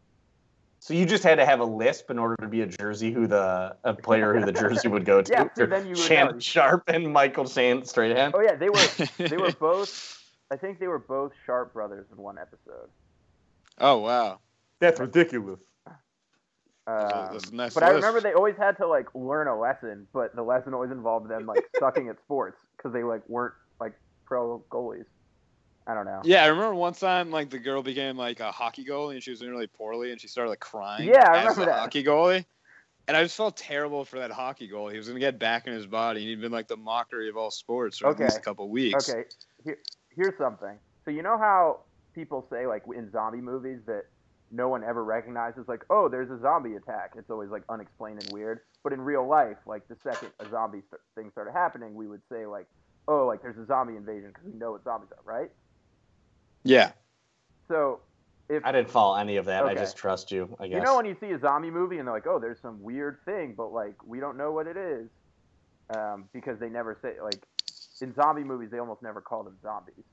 Speaker 2: So you just had to have a lisp in order to be a jersey who the a player who the jersey would
Speaker 3: (laughs)
Speaker 2: go to.
Speaker 3: Yeah, so then you would
Speaker 2: Shannon
Speaker 3: know.
Speaker 2: Sharp and Michael Sand Strahan.
Speaker 3: Oh yeah, they were. They
Speaker 4: (laughs)
Speaker 3: were both. I think they were both Sharp brothers in one episode.
Speaker 4: oh wow.
Speaker 2: That's ridiculous.
Speaker 3: Um,
Speaker 4: That's a nice
Speaker 3: but I
Speaker 4: list.
Speaker 3: remember they always had to like learn a lesson, but the lesson always involved them like sucking at sports because they like weren't like pro goalies. I don't know.
Speaker 4: Yeah, I remember one time like the girl became like a hockey goalie and she was doing really poorly and she started like crying.
Speaker 3: Yeah, I
Speaker 4: as
Speaker 3: remember
Speaker 4: the
Speaker 3: that.
Speaker 4: hockey goalie. And I just felt terrible for that hockey goalie. He was gonna get back in his body and he'd been like the mockery of all sports for
Speaker 3: Okay.
Speaker 4: at least a couple weeks.
Speaker 3: Okay, here, here's something. So you know how people say like in zombie movies that no one ever recognizes like oh there's a zombie attack it's always like unexplained and weird but in real life like the second a zombie st- thing started happening we would say like oh like there's a zombie invasion because we know what zombies are right
Speaker 4: Yeah.
Speaker 3: so if
Speaker 2: I didn't follow any of that. I
Speaker 3: Okay.
Speaker 2: just trust you. I guess.
Speaker 3: you know when you see a zombie movie and they're like oh there's some weird thing but like we don't know what it is um, because they never say like in zombie movies they almost never call them zombies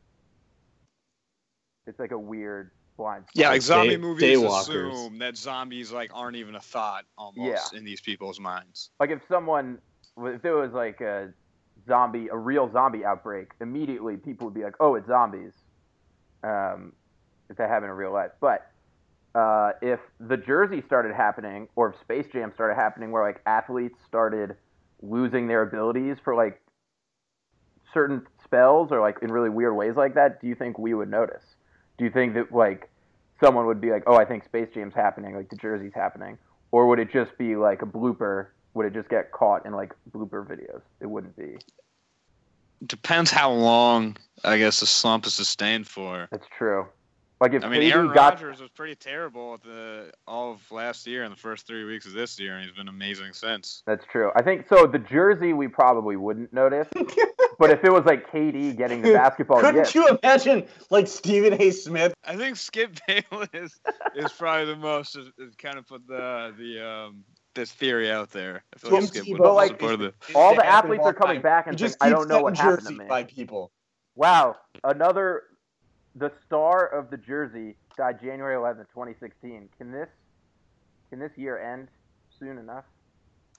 Speaker 3: it's like a weird blind spot.
Speaker 4: Yeah, like
Speaker 6: Like
Speaker 4: zombie
Speaker 6: day-
Speaker 4: movies
Speaker 6: daywalkers.
Speaker 4: assume that zombies like aren't even a thought almost in these people's minds.
Speaker 3: like if someone if there was like a zombie a real zombie outbreak immediately people would be like oh it's zombies um, if that happened in real life but uh, if the jersey started happening or if space jam started happening where like athletes started losing their abilities for like certain spells or like in really weird ways like that do you think we would notice do you think that like someone would be like oh i think space jam's happening like the jersey's happening or would it just be like a blooper? Would it just get caught in like blooper videos? It wouldn't be.
Speaker 4: Depends how long I guess the slump is sustained for.
Speaker 3: That's true. Like if
Speaker 4: I mean,
Speaker 3: KD
Speaker 4: Aaron
Speaker 3: got
Speaker 4: Rodgers was pretty terrible at the all of last year and the first three weeks of this year, and he's been amazing since.
Speaker 3: that's true. I think so. The jersey we probably
Speaker 2: (laughs)
Speaker 3: wouldn't notice, but if it was like KD getting the basketball,
Speaker 2: Couldn't
Speaker 3: yes.
Speaker 2: you imagine like Stephen A. Smith?
Speaker 4: I think Skip (laughs) Bayless is probably the most is, is kind of put the the um this theory out there. I feel like
Speaker 2: Tim
Speaker 4: Skip
Speaker 2: Tebow,
Speaker 4: would
Speaker 3: like,
Speaker 4: support the
Speaker 3: all the athletes are coming back
Speaker 2: He
Speaker 3: and saying,
Speaker 2: just
Speaker 3: "I
Speaker 2: keeps
Speaker 3: don't know what
Speaker 2: getting
Speaker 3: happened to
Speaker 2: jerseyed
Speaker 3: me."
Speaker 2: by people.
Speaker 3: Wow, another the star of the jersey died January 11th, 2016. Can this can this year end soon enough?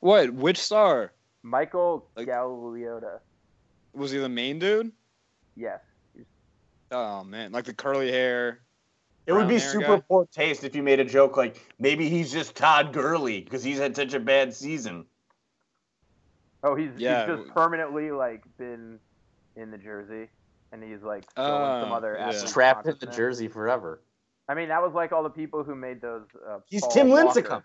Speaker 4: What? Which star?
Speaker 3: Michael
Speaker 4: Like-
Speaker 3: Galliota.
Speaker 4: Was he the main dude?
Speaker 3: Yes.
Speaker 4: Oh man, like the curly hair.
Speaker 2: It would be
Speaker 4: Brown hair
Speaker 2: super
Speaker 4: guy.
Speaker 2: poor taste if you made a joke like maybe he's just Todd Gurley because he's had such a bad season.
Speaker 3: Oh, he's,
Speaker 4: Yeah.
Speaker 3: he's just permanently like been in the jersey, and he's like going some
Speaker 4: Oh,
Speaker 3: other
Speaker 4: yeah.
Speaker 3: athlete
Speaker 2: Trapped in the
Speaker 3: consciousness.
Speaker 2: jersey forever.
Speaker 3: I mean, that was like all the people who made those. Uh,
Speaker 2: He's
Speaker 3: Paul
Speaker 2: Tim
Speaker 3: Walker.
Speaker 2: Lincecum.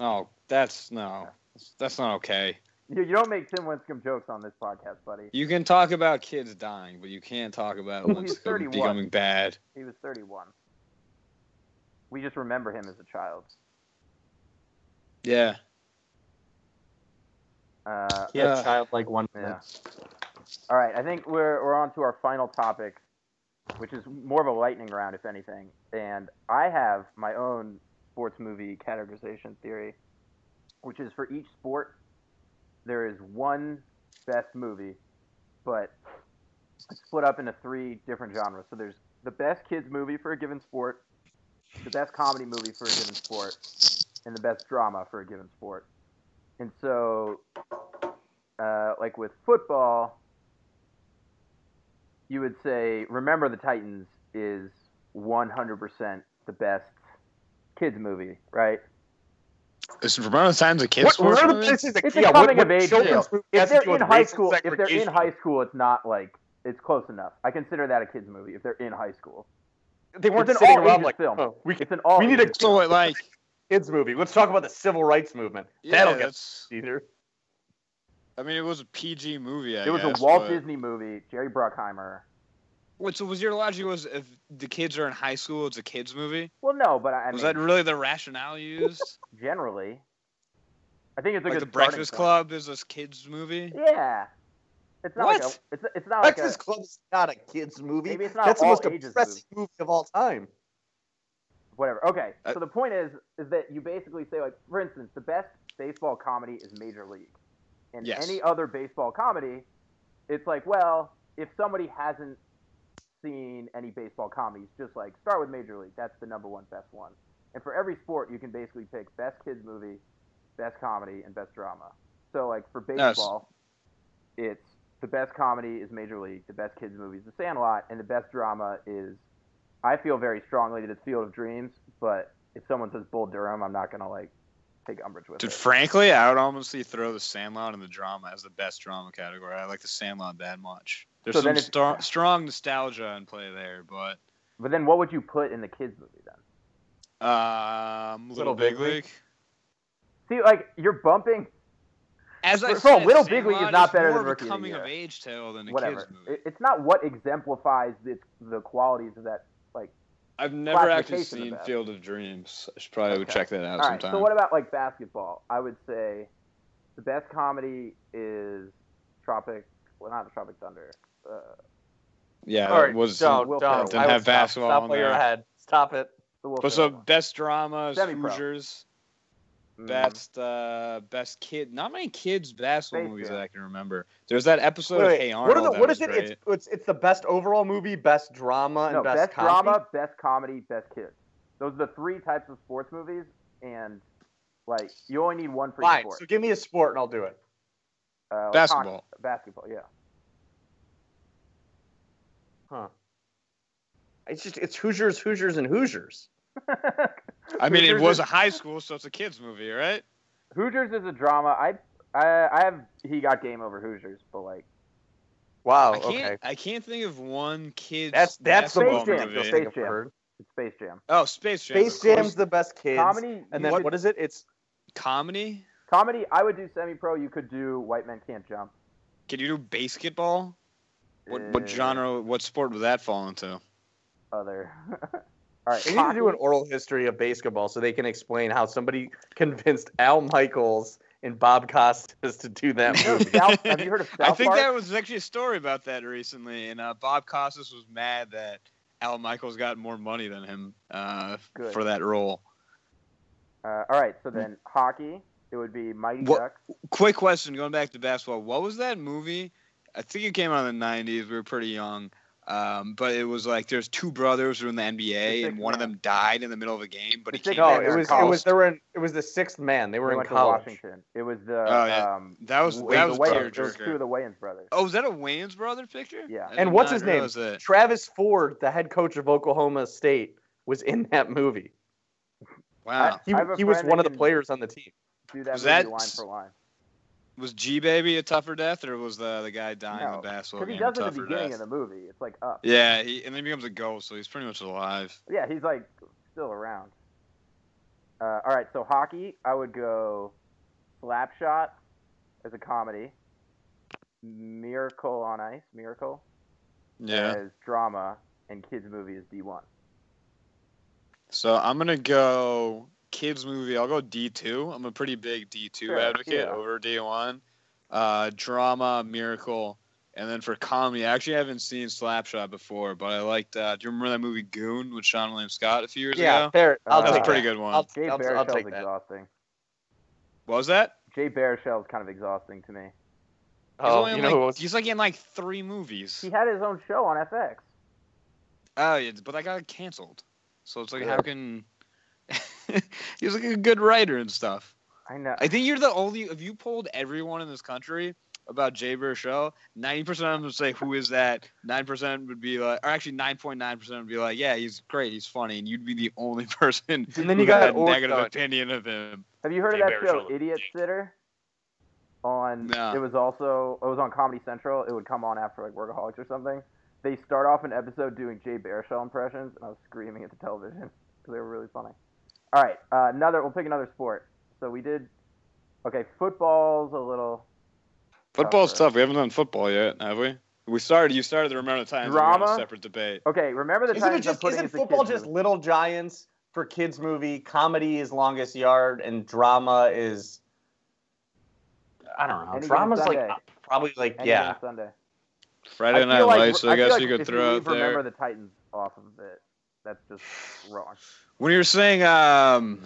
Speaker 4: Oh, that's no, that's not okay.
Speaker 3: You, you don't make Tim Lincecum jokes on this podcast, buddy.
Speaker 4: You can talk about kids dying, but you can't talk about
Speaker 3: He's
Speaker 4: once
Speaker 3: 31.
Speaker 4: becoming bad.
Speaker 3: He was 31. We just remember him as a child.
Speaker 4: Yeah.
Speaker 3: Uh,
Speaker 2: He had
Speaker 4: Uh,
Speaker 2: childlike one.
Speaker 3: Yeah. All right, I think we're we're on to our final topic, which is more of a lightning round, if anything. And I have my own sports movie categorization theory, which is for each sport, there is one best movie, but it's split up into three different genres. So there's the best kids movie for a given sport, the best comedy movie for a given sport, and the best drama for a given sport. And so uh, like with football, you would say Remember the Titans is 100% the best kids movie, right?
Speaker 4: Is Remember the Times a kids
Speaker 2: What,
Speaker 4: sports
Speaker 2: what,
Speaker 4: movie?
Speaker 2: this is
Speaker 3: It's a
Speaker 2: yeah, what-
Speaker 3: coming
Speaker 2: what
Speaker 3: of age
Speaker 2: children's
Speaker 3: tale.
Speaker 2: movie
Speaker 3: If
Speaker 2: has to
Speaker 3: they're
Speaker 2: do with
Speaker 3: in high
Speaker 2: race and
Speaker 3: school, if they're in
Speaker 2: segregation?
Speaker 3: high school, it's not like it's close enough. I consider that a kids movie if they're in high school.
Speaker 2: they weren't
Speaker 3: it's an
Speaker 2: sitting
Speaker 3: all
Speaker 2: around
Speaker 3: ages
Speaker 2: like
Speaker 3: film.
Speaker 2: "Oh, we, can,
Speaker 3: It's an all.
Speaker 2: we need a
Speaker 3: ages
Speaker 4: So
Speaker 3: film.
Speaker 4: what, like
Speaker 2: kids movie. Let's talk about the civil rights movement.
Speaker 4: yeah,
Speaker 2: That'll get
Speaker 4: that's,
Speaker 2: either.
Speaker 4: I mean, it was a PG movie. I
Speaker 3: It was
Speaker 4: guess,
Speaker 3: a Walt
Speaker 4: but-
Speaker 3: Disney movie, Jerry Bruckheimer.
Speaker 4: Wait, so was your logic was if the kids are in high school, it's a kids movie?
Speaker 3: Well, no, but I, I mean,
Speaker 4: was that really the
Speaker 3: (laughs)
Speaker 4: rationale used?
Speaker 3: generally, I think it's a
Speaker 4: like
Speaker 3: good starting
Speaker 4: the Breakfast
Speaker 3: point.
Speaker 4: Club is a kids movie?
Speaker 3: Yeah. It's not like
Speaker 2: What?
Speaker 3: a, it's, it's not
Speaker 2: Breakfast
Speaker 3: like a,
Speaker 2: Club is not a kids movie.
Speaker 3: Maybe it's not
Speaker 2: That's the
Speaker 3: all
Speaker 2: most
Speaker 3: ages
Speaker 2: depressing movie. of all time.
Speaker 3: whatever. Okay.
Speaker 4: Uh,
Speaker 3: so the point is, is that you basically say, like, for instance, the best baseball comedy is Major League, and
Speaker 4: Yes.
Speaker 3: any other baseball comedy, it's like, well, if somebody hasn't seen any baseball comedies, just like start with Major League. That's the number one best one. And for every sport, you can basically pick best kids movie, best comedy, and best drama. So like for
Speaker 4: it's-
Speaker 3: baseball, it's the best comedy is Major League, the best kids movie is The Sandlot, and the best drama is. I feel very strongly that it's Field of Dreams, but if someone says Bull Durham, I'm not gonna like take umbrage with
Speaker 4: Dude,
Speaker 3: it.
Speaker 4: frankly, I would honestly throw the Sandlot in the drama as the best drama category. I like the Sandlot that much. There's
Speaker 3: So
Speaker 4: some
Speaker 3: then if-
Speaker 4: star- strong nostalgia in play there, but
Speaker 3: But then, what would you put in the kids movie then?
Speaker 4: um,
Speaker 2: Little
Speaker 4: Little, Big
Speaker 2: Big League?
Speaker 4: League.
Speaker 3: See, like you're bumping
Speaker 4: As I
Speaker 3: Bro,
Speaker 4: said,
Speaker 3: Little Big League is
Speaker 4: Sandlot
Speaker 3: not better
Speaker 4: more
Speaker 3: than
Speaker 4: of
Speaker 3: Rookie of
Speaker 4: a
Speaker 3: the
Speaker 4: coming of
Speaker 3: Year.
Speaker 4: age tale than a
Speaker 3: whatever.
Speaker 4: kids movie.
Speaker 3: It- It's not what exemplifies the, the qualities of that
Speaker 4: I've never actually
Speaker 3: classification of
Speaker 4: seen
Speaker 3: that.
Speaker 4: Field of Dreams. I should probably
Speaker 3: Okay.
Speaker 4: check that
Speaker 3: All
Speaker 4: out
Speaker 3: right.
Speaker 4: sometime.
Speaker 3: So what about like basketball? I would say the best comedy is Tropic. Well, not Tropic Thunder. Uh,
Speaker 4: yeah,
Speaker 5: All
Speaker 4: that
Speaker 5: right,
Speaker 4: was
Speaker 5: don't,
Speaker 3: Will
Speaker 5: don't.
Speaker 3: Ferrell.
Speaker 4: Didn't
Speaker 5: I will
Speaker 4: have
Speaker 5: stop.
Speaker 4: basketball
Speaker 5: Stop
Speaker 4: on
Speaker 5: while you're
Speaker 4: there.
Speaker 5: ahead. Stop it.
Speaker 3: the Will
Speaker 4: What's
Speaker 3: Ferrell
Speaker 4: up? Best dramas,
Speaker 3: Semi-pro.
Speaker 4: Hoosiers,
Speaker 2: Mm-hmm.
Speaker 3: one. Mm.
Speaker 4: best uh, best kid. Not many kids basketball
Speaker 3: Space
Speaker 4: movies
Speaker 3: Jam.
Speaker 4: that I can remember. There's that episode
Speaker 2: Wait,
Speaker 4: of
Speaker 2: wait,
Speaker 4: Hey
Speaker 2: what,
Speaker 4: Arnold.
Speaker 2: are the,
Speaker 4: that
Speaker 2: what
Speaker 4: was
Speaker 2: is it?
Speaker 4: great.
Speaker 2: It's, it's it's the best overall movie, best drama, and
Speaker 3: No,
Speaker 2: best,
Speaker 3: best,
Speaker 2: comedy?
Speaker 3: drama, best comedy, best kids. Those are the three types of sports movies, and like you only need one for each
Speaker 2: Fine.
Speaker 3: sport.
Speaker 2: So give me a sport and I'll do it.
Speaker 3: Uh, like
Speaker 4: Basketball.
Speaker 3: hockey, basketball, yeah.
Speaker 2: It's just it's Hoosiers, Hoosiers, and Hoosiers.
Speaker 4: I mean, it
Speaker 3: Hoosiers
Speaker 4: was
Speaker 3: is-
Speaker 4: a high school, so it's a kids movie, right?
Speaker 3: (laughs) Hoosiers is a drama. I, I, I have he got game over Hoosiers, but like
Speaker 5: Wow.
Speaker 4: I can't.
Speaker 5: Okay.
Speaker 4: I can't think of one kids.
Speaker 2: Oh, That's that's the
Speaker 4: basketball
Speaker 2: most
Speaker 3: Space Jam.
Speaker 4: movie.
Speaker 2: ridiculous thing
Speaker 3: Space
Speaker 2: I've
Speaker 3: Jam.
Speaker 2: heard.
Speaker 3: it's Space Jam.
Speaker 4: Oh, Space Jam.
Speaker 2: Space
Speaker 4: of course.
Speaker 2: Jam's the best kids.
Speaker 3: Comedy
Speaker 2: and
Speaker 3: you
Speaker 2: then
Speaker 3: could-
Speaker 2: what is it? It's
Speaker 4: comedy.
Speaker 3: comedy. I would do semi pro. You could do White Men Can't Jump.
Speaker 4: Can you do basketball? What what
Speaker 2: Eh.
Speaker 3: Uh,
Speaker 4: genre? What sport would that fall into?
Speaker 3: Other. (laughs) All right.
Speaker 2: they need to do an
Speaker 3: hockey.
Speaker 2: oral history of basketball so they can explain how somebody (laughs) convinced Al Michaels and Bob Costas to do that
Speaker 3: No,
Speaker 2: movie.
Speaker 3: South, have you
Speaker 2: (laughs)
Speaker 3: heard of South
Speaker 4: I think
Speaker 3: Park?
Speaker 4: that was actually a story about that recently, and uh, Bob Costas was mad that Al Michaels got more money than him uh,
Speaker 3: Good.
Speaker 4: for that role.
Speaker 3: Uh, all right. So then hockey. It would be Mighty
Speaker 4: What-
Speaker 3: Ducks.
Speaker 4: Quick question, going back to basketball, what was that movie? I think it came out in the '90s. We were pretty young, um, but it was like there's two brothers who are in the NBA,
Speaker 3: The
Speaker 4: and
Speaker 3: Sixth
Speaker 4: one of
Speaker 3: Man.
Speaker 4: them died in the middle of a game, but
Speaker 3: The
Speaker 4: he came
Speaker 3: Sixth
Speaker 2: no,
Speaker 3: Man.
Speaker 4: back.
Speaker 2: it
Speaker 3: were in
Speaker 2: was it
Speaker 3: college.
Speaker 2: was they were in, it was the sixth man. They were
Speaker 3: They
Speaker 2: in
Speaker 3: went to
Speaker 2: college.
Speaker 3: Washington. It was the.
Speaker 4: Oh, yeah.
Speaker 3: um,
Speaker 4: That was
Speaker 3: it
Speaker 4: that
Speaker 3: the
Speaker 4: was
Speaker 3: Wayans-
Speaker 4: a
Speaker 3: it was two
Speaker 4: tearjerker.
Speaker 3: of the Wayans brothers.
Speaker 4: Oh, was that a Wayans brother picture?
Speaker 3: Yeah.
Speaker 4: I did
Speaker 2: And what's
Speaker 4: not
Speaker 2: his name?
Speaker 4: realize that.
Speaker 2: Travis Ford, the head coach of Oklahoma State, was in that movie.
Speaker 4: Wow.
Speaker 2: He,
Speaker 3: I have a
Speaker 2: he was
Speaker 3: friend
Speaker 2: one of
Speaker 3: that
Speaker 2: the
Speaker 3: can-
Speaker 2: players on the team.
Speaker 3: Do that
Speaker 4: Was
Speaker 3: movie
Speaker 4: that-
Speaker 3: line for line.
Speaker 4: Was G Baby a tougher death, or was the the guy dying in
Speaker 3: No,
Speaker 4: the basketball
Speaker 3: Because he
Speaker 4: game
Speaker 3: does
Speaker 4: a
Speaker 3: it at the
Speaker 4: tougher
Speaker 3: beginning
Speaker 4: death?
Speaker 3: of the movie. It's like up.
Speaker 4: Yeah, he, and then he becomes a ghost, so he's pretty much alive.
Speaker 3: Yeah, he's like still around. Uh, all right, so hockey, I would go Slapshot as a comedy, Miracle on Ice, Miracle
Speaker 4: Yeah.
Speaker 3: as drama, and kids movie is D1.
Speaker 4: So I'm gonna go kids movie. I'll go D2. I'm a pretty big D2
Speaker 3: Sure,
Speaker 4: advocate
Speaker 3: yeah.
Speaker 4: over D1. Uh, drama, miracle, and then for comedy, I actually haven't seen Slapshot before, but I liked. Uh, do you remember that movie Goon with Sean William Scott a few years
Speaker 5: Yeah.
Speaker 4: ago?
Speaker 5: There. I'll
Speaker 3: Uh,
Speaker 4: That was a
Speaker 5: take
Speaker 4: pretty
Speaker 5: that.
Speaker 4: good one.
Speaker 5: I'll,
Speaker 3: Jay
Speaker 5: I'll- I'll
Speaker 3: Baruchel's
Speaker 5: take that.
Speaker 3: exhausting.
Speaker 4: What was that?
Speaker 3: Jay Baruchel's kind of exhausting to me.
Speaker 4: he's,
Speaker 5: Oh,
Speaker 4: only in,
Speaker 5: you know
Speaker 4: like,
Speaker 5: who was?
Speaker 4: he's like in like three movies.
Speaker 3: He had his own show on FX.
Speaker 4: Oh, yeah, but that got canceled. So it's like,
Speaker 5: Yeah.
Speaker 4: how can. (laughs) he was like a good writer and stuff.
Speaker 3: I know.
Speaker 4: I think you're the only. If you polled everyone in this country about Jay Baruchel, ninety percent of them would say, "Who is that?" Nine percent would be like, or actually, nine point nine percent would be like, "Yeah, he's great, he's funny," and you'd be the only (laughs) person
Speaker 2: And then
Speaker 4: who
Speaker 2: you got
Speaker 4: had a
Speaker 2: Orson.
Speaker 4: negative opinion of him.
Speaker 3: Have you heard
Speaker 4: Jay
Speaker 3: of that show,
Speaker 4: Baruchel.
Speaker 3: Idiot Sitter? On
Speaker 4: No.
Speaker 3: it was also it was on Comedy Central. It would come on after like Workaholics or something. They start off an episode doing Jay Baruchel impressions, and I was screaming at the television (laughs) because they were really funny. All right, uh, another. We'll pick another sport. So we did. Okay, football's a little
Speaker 4: Football's
Speaker 3: Tougher.
Speaker 4: tough. We haven't done football yet, have we? We started. You started to remember the times. and we had
Speaker 3: Drama?
Speaker 4: a separate debate.
Speaker 3: okay. Remember the
Speaker 2: Isn't it
Speaker 3: times I'm
Speaker 2: just
Speaker 3: putting
Speaker 2: isn't
Speaker 3: as a
Speaker 2: football
Speaker 3: kid's
Speaker 2: just
Speaker 3: movie.
Speaker 2: Little Giants for kids movie? Comedy is Longest Yard, and drama is I don't know.
Speaker 3: Any Given
Speaker 2: Drama's like
Speaker 3: Sunday.
Speaker 2: probably like
Speaker 3: Any
Speaker 2: yeah.
Speaker 3: Given Sunday?
Speaker 4: Friday
Speaker 3: feel
Speaker 4: Night
Speaker 3: like-
Speaker 4: Lights. So I,
Speaker 3: feel
Speaker 4: guess
Speaker 3: like
Speaker 4: you could
Speaker 3: if
Speaker 4: throw
Speaker 3: leave
Speaker 4: out there.
Speaker 3: Remember the Titans off of it. That's just wrong.
Speaker 4: when you were saying, um,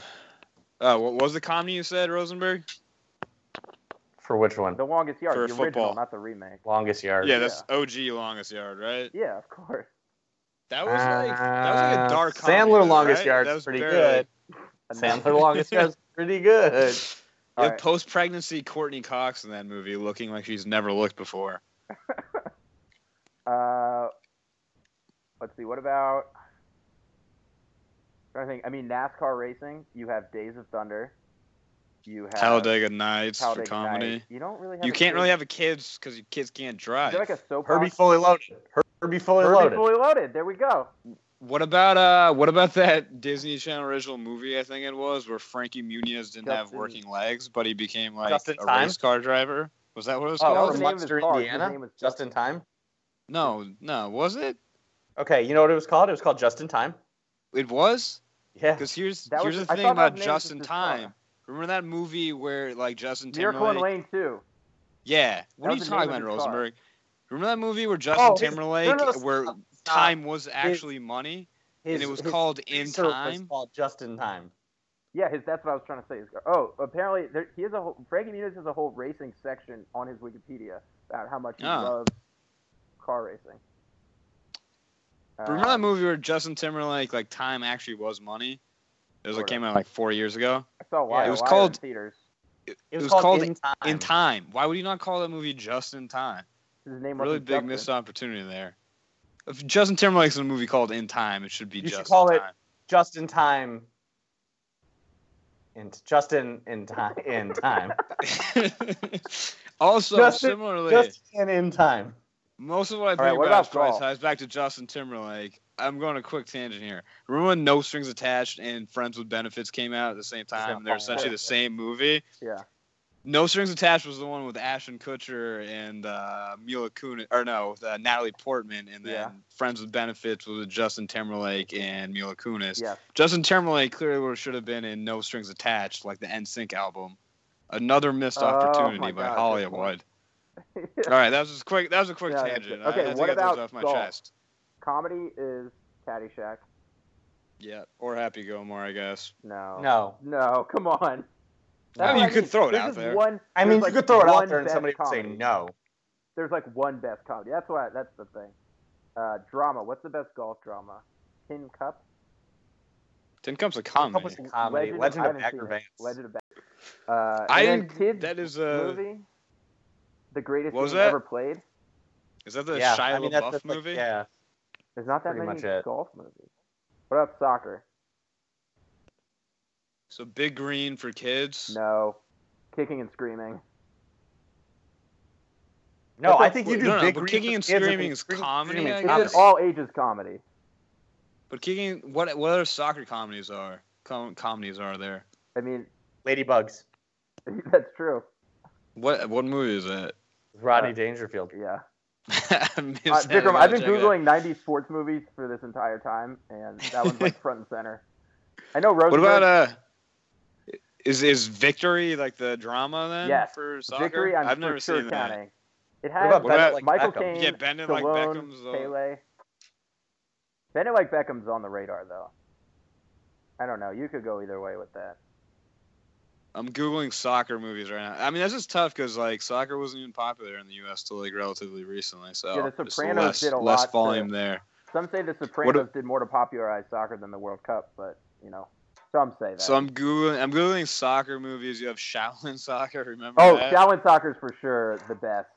Speaker 4: uh, what was the comedy you said, Rosenberg?
Speaker 2: For which one?
Speaker 3: (sighs) The longest yard,
Speaker 4: For
Speaker 3: the original,
Speaker 4: football.
Speaker 3: not the remake.
Speaker 2: Longest Yard.
Speaker 4: Yeah, that's OG longest yard, right?
Speaker 3: Yeah, of course.
Speaker 4: That was like that was like a
Speaker 2: Uh,
Speaker 4: dark.
Speaker 2: Sandler
Speaker 4: comedy, though,
Speaker 2: Longest
Speaker 4: right?
Speaker 2: Yard's
Speaker 4: That was
Speaker 2: pretty
Speaker 4: very-
Speaker 2: good.
Speaker 3: Enough.
Speaker 2: Sandler Longest
Speaker 3: (laughs)
Speaker 2: Yard's pretty good.
Speaker 4: You have
Speaker 3: Alright.
Speaker 4: post-pregnancy Courtney Cox in that movie, looking like she's never looked before.
Speaker 3: Uh, let's see. What about? I think. I mean, NASCAR racing. You have Days of Thunder. You have
Speaker 4: Talladega Nights
Speaker 3: Talladega
Speaker 4: for comedy.
Speaker 3: Nights. You don't really. Have
Speaker 4: You
Speaker 3: a
Speaker 4: can't really
Speaker 3: kid-
Speaker 4: have a kids because your kids can't drive.
Speaker 3: Is there like a soap
Speaker 2: Herbie
Speaker 3: opera?
Speaker 2: Fully Loaded. Herbie Fully
Speaker 3: Herbie
Speaker 2: Loaded.
Speaker 3: Fully Loaded. There we go.
Speaker 4: what about uh? What about that Disney Channel original movie? I think it was where Frankie Muniz didn't have
Speaker 3: Justin-
Speaker 4: working legs, but he became like
Speaker 2: Just
Speaker 4: a
Speaker 2: in Time?
Speaker 4: race car driver. Was that what it was
Speaker 2: Oh,
Speaker 3: That
Speaker 2: that
Speaker 4: called?
Speaker 3: was
Speaker 2: was
Speaker 3: the name of his
Speaker 2: Lester,
Speaker 3: car. His name
Speaker 2: Indiana.
Speaker 3: was
Speaker 2: Just in Time.
Speaker 4: No, no, was it?
Speaker 2: Okay, you know what it was called? It was called Just in Time.
Speaker 4: It was
Speaker 2: Yeah.
Speaker 4: because here's
Speaker 3: That
Speaker 4: here's
Speaker 3: was-
Speaker 4: the
Speaker 3: I
Speaker 4: thing
Speaker 3: thought that
Speaker 4: about
Speaker 3: name was
Speaker 4: Just in
Speaker 3: just
Speaker 4: Time.
Speaker 3: Donna.
Speaker 4: Remember that movie where like Justin
Speaker 3: Miracle in
Speaker 4: Timberlake?
Speaker 3: Lane Two.
Speaker 4: Yeah.
Speaker 3: That
Speaker 4: What are
Speaker 3: was
Speaker 4: you
Speaker 3: the
Speaker 4: talking
Speaker 3: name
Speaker 4: about,
Speaker 3: of his car.
Speaker 4: Rosenberg? Remember that movie where
Speaker 2: Oh,
Speaker 4: Justin
Speaker 2: his-
Speaker 4: Timberlake,
Speaker 2: no, no,
Speaker 4: where
Speaker 2: stop, stop.
Speaker 4: time was actually money,
Speaker 2: His-
Speaker 4: and it was
Speaker 2: his
Speaker 4: called In
Speaker 2: insert was
Speaker 4: Time?
Speaker 2: called Just in Time.
Speaker 3: Yeah, his, that's what I was trying to say. His car- Oh, apparently there, he has a whole, Frankie Muniz has a whole racing section on his Wikipedia about how much he
Speaker 4: Ah.
Speaker 3: loves car racing.
Speaker 4: Remember that
Speaker 3: Um,
Speaker 4: movie where Justin Timberlake, like time actually was money? It was like
Speaker 3: Sort
Speaker 4: came out like four years ago.
Speaker 3: I saw Wire
Speaker 4: it was
Speaker 3: Wire
Speaker 4: called-
Speaker 3: in theaters.
Speaker 2: It was, called, In Time.
Speaker 4: In time. Why would you not call that movie Just in Time?
Speaker 3: His name
Speaker 4: Really
Speaker 3: wasn't
Speaker 4: big
Speaker 3: Justin.
Speaker 4: missed opportunity there. If Justin Timberlake's in a movie called In Time, it should be
Speaker 2: You should
Speaker 4: Just
Speaker 2: call
Speaker 4: in
Speaker 2: it-
Speaker 4: Time.
Speaker 2: Just in Time. And just in in time in
Speaker 4: (laughs)
Speaker 2: time.
Speaker 4: also,
Speaker 2: Justin-
Speaker 4: similarly,
Speaker 2: just in in time.
Speaker 4: most of what I think
Speaker 3: right, what
Speaker 4: about,
Speaker 3: about
Speaker 4: Sprite
Speaker 3: golf?
Speaker 4: ties back to Justin Timberlake. I'm going a quick tangent here. Remember when No Strings Attached and Friends with Benefits came out at the same time?
Speaker 2: not
Speaker 4: and They're
Speaker 2: falling
Speaker 4: essentially
Speaker 2: off.
Speaker 4: the same movie.
Speaker 3: Yeah.
Speaker 4: No Strings Attached was the one with Ashton Kutcher and uh, Mila Kunis, or no, with, uh, Natalie Portman, and then
Speaker 3: Yeah.
Speaker 4: Friends with Benefits was with Justin Timberlake and Mila Kunis.
Speaker 3: Yeah.
Speaker 4: Justin Timberlake clearly would- should have been in No Strings Attached, like the NSYNC album. Another missed
Speaker 3: Oh,
Speaker 4: opportunity
Speaker 3: my
Speaker 4: by
Speaker 3: God, good
Speaker 4: Hollywood.
Speaker 3: Yeah.
Speaker 4: All right, that was just quick. That was a quick
Speaker 3: Yeah, that's
Speaker 4: tangent.
Speaker 3: it.
Speaker 4: I
Speaker 3: Okay,
Speaker 4: had to
Speaker 3: what
Speaker 4: get those
Speaker 3: about
Speaker 4: off my
Speaker 3: golf?
Speaker 4: chest?
Speaker 3: (laughs) Comedy is Caddyshack.
Speaker 4: Yeah, or Happy Gilmore, I guess.
Speaker 3: No.
Speaker 2: No.
Speaker 3: No, come on.
Speaker 4: I mean,
Speaker 3: what
Speaker 4: you could throw it
Speaker 3: There's
Speaker 4: out
Speaker 3: just
Speaker 4: there.
Speaker 3: One,
Speaker 2: I mean
Speaker 3: there's like
Speaker 2: you could throw it
Speaker 3: one
Speaker 2: out there and
Speaker 3: best
Speaker 2: somebody would say
Speaker 3: comedy.
Speaker 2: no.
Speaker 3: There's like one best comedy. That's why. That's the thing. Uh, drama. What's the best golf drama? Tin Cup.
Speaker 4: Tin Cup's a
Speaker 2: Come
Speaker 4: comedy.
Speaker 2: with some comedy. Legend,
Speaker 3: I
Speaker 2: of
Speaker 3: haven't seen
Speaker 2: Bagger
Speaker 3: it.
Speaker 2: Vance.
Speaker 3: Legend of Bagger. Uh, and
Speaker 4: I
Speaker 3: then
Speaker 4: didn't.
Speaker 3: kids
Speaker 4: that is a.
Speaker 3: movie. The greatest
Speaker 4: What was
Speaker 3: game
Speaker 4: that?
Speaker 3: ever played.
Speaker 4: Is that the
Speaker 2: yeah,
Speaker 4: Shia
Speaker 2: I mean, that's
Speaker 4: LaBeouf
Speaker 2: just like-
Speaker 4: movie?
Speaker 2: yeah.
Speaker 3: There's not that
Speaker 2: Pretty
Speaker 3: many
Speaker 2: much it.
Speaker 3: golf movies. What about soccer?
Speaker 4: So Big Green for kids.
Speaker 3: No. Kicking and screaming.
Speaker 2: No,
Speaker 3: That's
Speaker 2: I
Speaker 3: a-
Speaker 2: think you do
Speaker 4: no, no,
Speaker 2: big
Speaker 4: but
Speaker 2: green
Speaker 4: kicking
Speaker 2: for
Speaker 4: and
Speaker 2: kids and
Speaker 4: screaming is
Speaker 2: screaming-
Speaker 4: comedy,
Speaker 2: screaming
Speaker 4: I
Speaker 2: is
Speaker 4: guess.
Speaker 3: It's an all ages comedy.
Speaker 4: But kicking. What what other soccer comedies are com- comedies are there?
Speaker 3: I mean, (laughs)
Speaker 2: Ladybugs.
Speaker 3: that's true.
Speaker 4: What what movie is that?
Speaker 2: Rodney
Speaker 3: Uh,
Speaker 2: Dangerfield.
Speaker 3: Yeah.
Speaker 4: (laughs) I missed
Speaker 3: Uh,
Speaker 4: that. I
Speaker 3: Vikram,
Speaker 4: gotta
Speaker 3: I've been
Speaker 4: check it.
Speaker 3: googling '90s sports movies for this entire time, and that one's like front and center. I know Rosenberg.
Speaker 4: What about uh? Is is Victory like the drama then?
Speaker 3: Yes.
Speaker 4: For uh, soccer,
Speaker 3: Victory? I'm
Speaker 4: I've
Speaker 3: for
Speaker 4: never
Speaker 3: sure
Speaker 4: seen that.
Speaker 3: counting. It has
Speaker 2: about
Speaker 4: What about-
Speaker 2: like
Speaker 3: Michael
Speaker 2: Beckham?
Speaker 3: Caine,
Speaker 4: Yeah, Bennett like
Speaker 3: Stallone,
Speaker 4: Beckham's. uh,
Speaker 3: Pele. Bennett like Beckham's on the radar though. I don't know. You could go either way with that.
Speaker 4: I'm googling soccer movies right now. I mean, that's just tough because like soccer wasn't even popular in the U.S. till like relatively recently. So
Speaker 3: Yeah, The
Speaker 4: there's
Speaker 3: Sopranos
Speaker 4: less,
Speaker 3: did a
Speaker 4: less
Speaker 3: lot to-
Speaker 4: volume there.
Speaker 3: Some say The Sopranos did more to popularize soccer than the World Cup, but you know, some say that.
Speaker 4: So I'm googling. I'm googling soccer movies. You have Shaolin (laughs) Soccer. Remember
Speaker 3: oh,
Speaker 4: that?
Speaker 3: Shaolin Soccer's for sure the best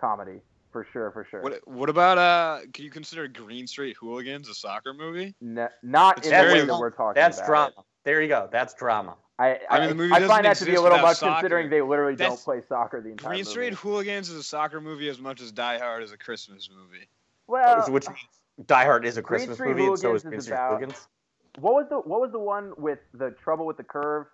Speaker 3: comedy, for sure, for sure.
Speaker 4: What What about uh? Can you consider Green Street Hooligans a soccer movie?
Speaker 3: N- not
Speaker 4: It's
Speaker 3: in the
Speaker 4: very-
Speaker 3: way that we're talking.
Speaker 2: That's
Speaker 3: about
Speaker 2: drama.
Speaker 3: it.
Speaker 2: There you go. That's drama.
Speaker 3: I, I,
Speaker 4: I mean, the movie
Speaker 3: I
Speaker 4: doesn't
Speaker 3: find that to be a
Speaker 4: exist
Speaker 3: little
Speaker 4: without
Speaker 3: much
Speaker 4: soccer.
Speaker 3: considering they literally don't
Speaker 4: That's-
Speaker 3: play soccer the entire
Speaker 4: Green
Speaker 3: movie.
Speaker 4: Street Hooligans is a soccer movie as much as Die Hard is a Christmas movie.
Speaker 3: Well,
Speaker 2: Which means Die Hard is a
Speaker 3: Green
Speaker 2: Christmas
Speaker 3: Street
Speaker 2: movie, and so
Speaker 3: Hooligans
Speaker 2: is
Speaker 3: is
Speaker 2: Green Street
Speaker 3: about-
Speaker 2: Uh, Hooligans.
Speaker 3: what was the what was the one with the trouble with the curve?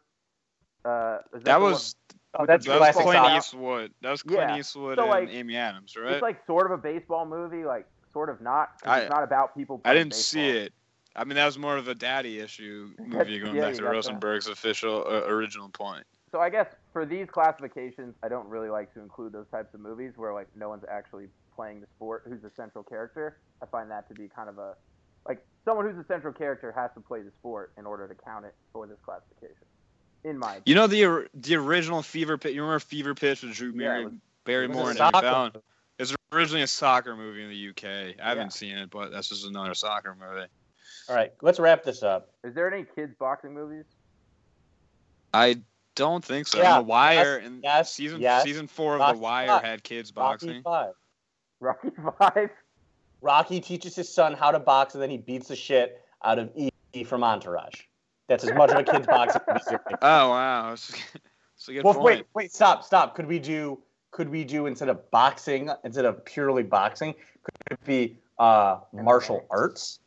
Speaker 3: Uh, is that,
Speaker 4: That
Speaker 3: the one-
Speaker 4: was
Speaker 2: Oh, that's
Speaker 4: that was
Speaker 2: classic
Speaker 4: Clint
Speaker 2: soccer.
Speaker 4: Eastwood. That was Clint
Speaker 3: Yeah.
Speaker 4: Eastwood
Speaker 3: So,
Speaker 4: and
Speaker 3: like,
Speaker 4: Amy Adams,
Speaker 3: It's
Speaker 4: right?
Speaker 3: like sort of a baseball movie, like sort of not. 'cause
Speaker 4: I-
Speaker 3: it's not about people.
Speaker 4: I
Speaker 3: playing
Speaker 4: didn't see
Speaker 3: baseball.
Speaker 4: it. I mean, that was more of a daddy issue
Speaker 2: (laughs)
Speaker 4: movie going
Speaker 3: Yeah,
Speaker 4: back
Speaker 3: you
Speaker 4: to
Speaker 3: got that.
Speaker 4: Rosenberg's official uh, original point.
Speaker 3: So I guess for these classifications, I don't really like to include those types of movies where like no one's actually playing the sport. Who's the central character? I find that to be kind of a like someone who's the central character has to play the sport in order to count it for this classification. In my
Speaker 4: You know the or- the original Fever Pitch. You remember Fever Pitch with Drew
Speaker 3: Yeah, it
Speaker 4: Barry,
Speaker 2: It
Speaker 3: was-
Speaker 2: was a
Speaker 4: Barrymore and Eddie
Speaker 2: soccer
Speaker 4: Fallon?
Speaker 2: movie.
Speaker 4: It's originally a soccer movie in the UK. I haven't
Speaker 3: Yeah.
Speaker 4: seen it, but that's just another soccer movie.
Speaker 2: All right, let's wrap this up.
Speaker 3: is there any kids boxing movies? (laughs)
Speaker 4: I don't think so.
Speaker 2: Yeah,
Speaker 4: the Wire
Speaker 2: yes,
Speaker 4: and
Speaker 2: yes,
Speaker 4: season
Speaker 2: yes.
Speaker 4: season four of
Speaker 2: Rocky
Speaker 4: The Wire
Speaker 2: Five.
Speaker 4: had kids
Speaker 2: Rocky
Speaker 4: boxing.
Speaker 2: Five.
Speaker 3: Rocky Five.
Speaker 2: Rocky teaches his son how to box, and then he beats the shit out of E from Entourage. That's as much of a
Speaker 4: (laughs)
Speaker 2: kids boxing. movie as you're making.
Speaker 4: Oh wow, (laughs) that's that's a good
Speaker 2: Well,
Speaker 4: point.
Speaker 2: wait, wait, stop, stop. Could we do? Could we do instead of boxing, instead of purely boxing, could it be uh, martial arts?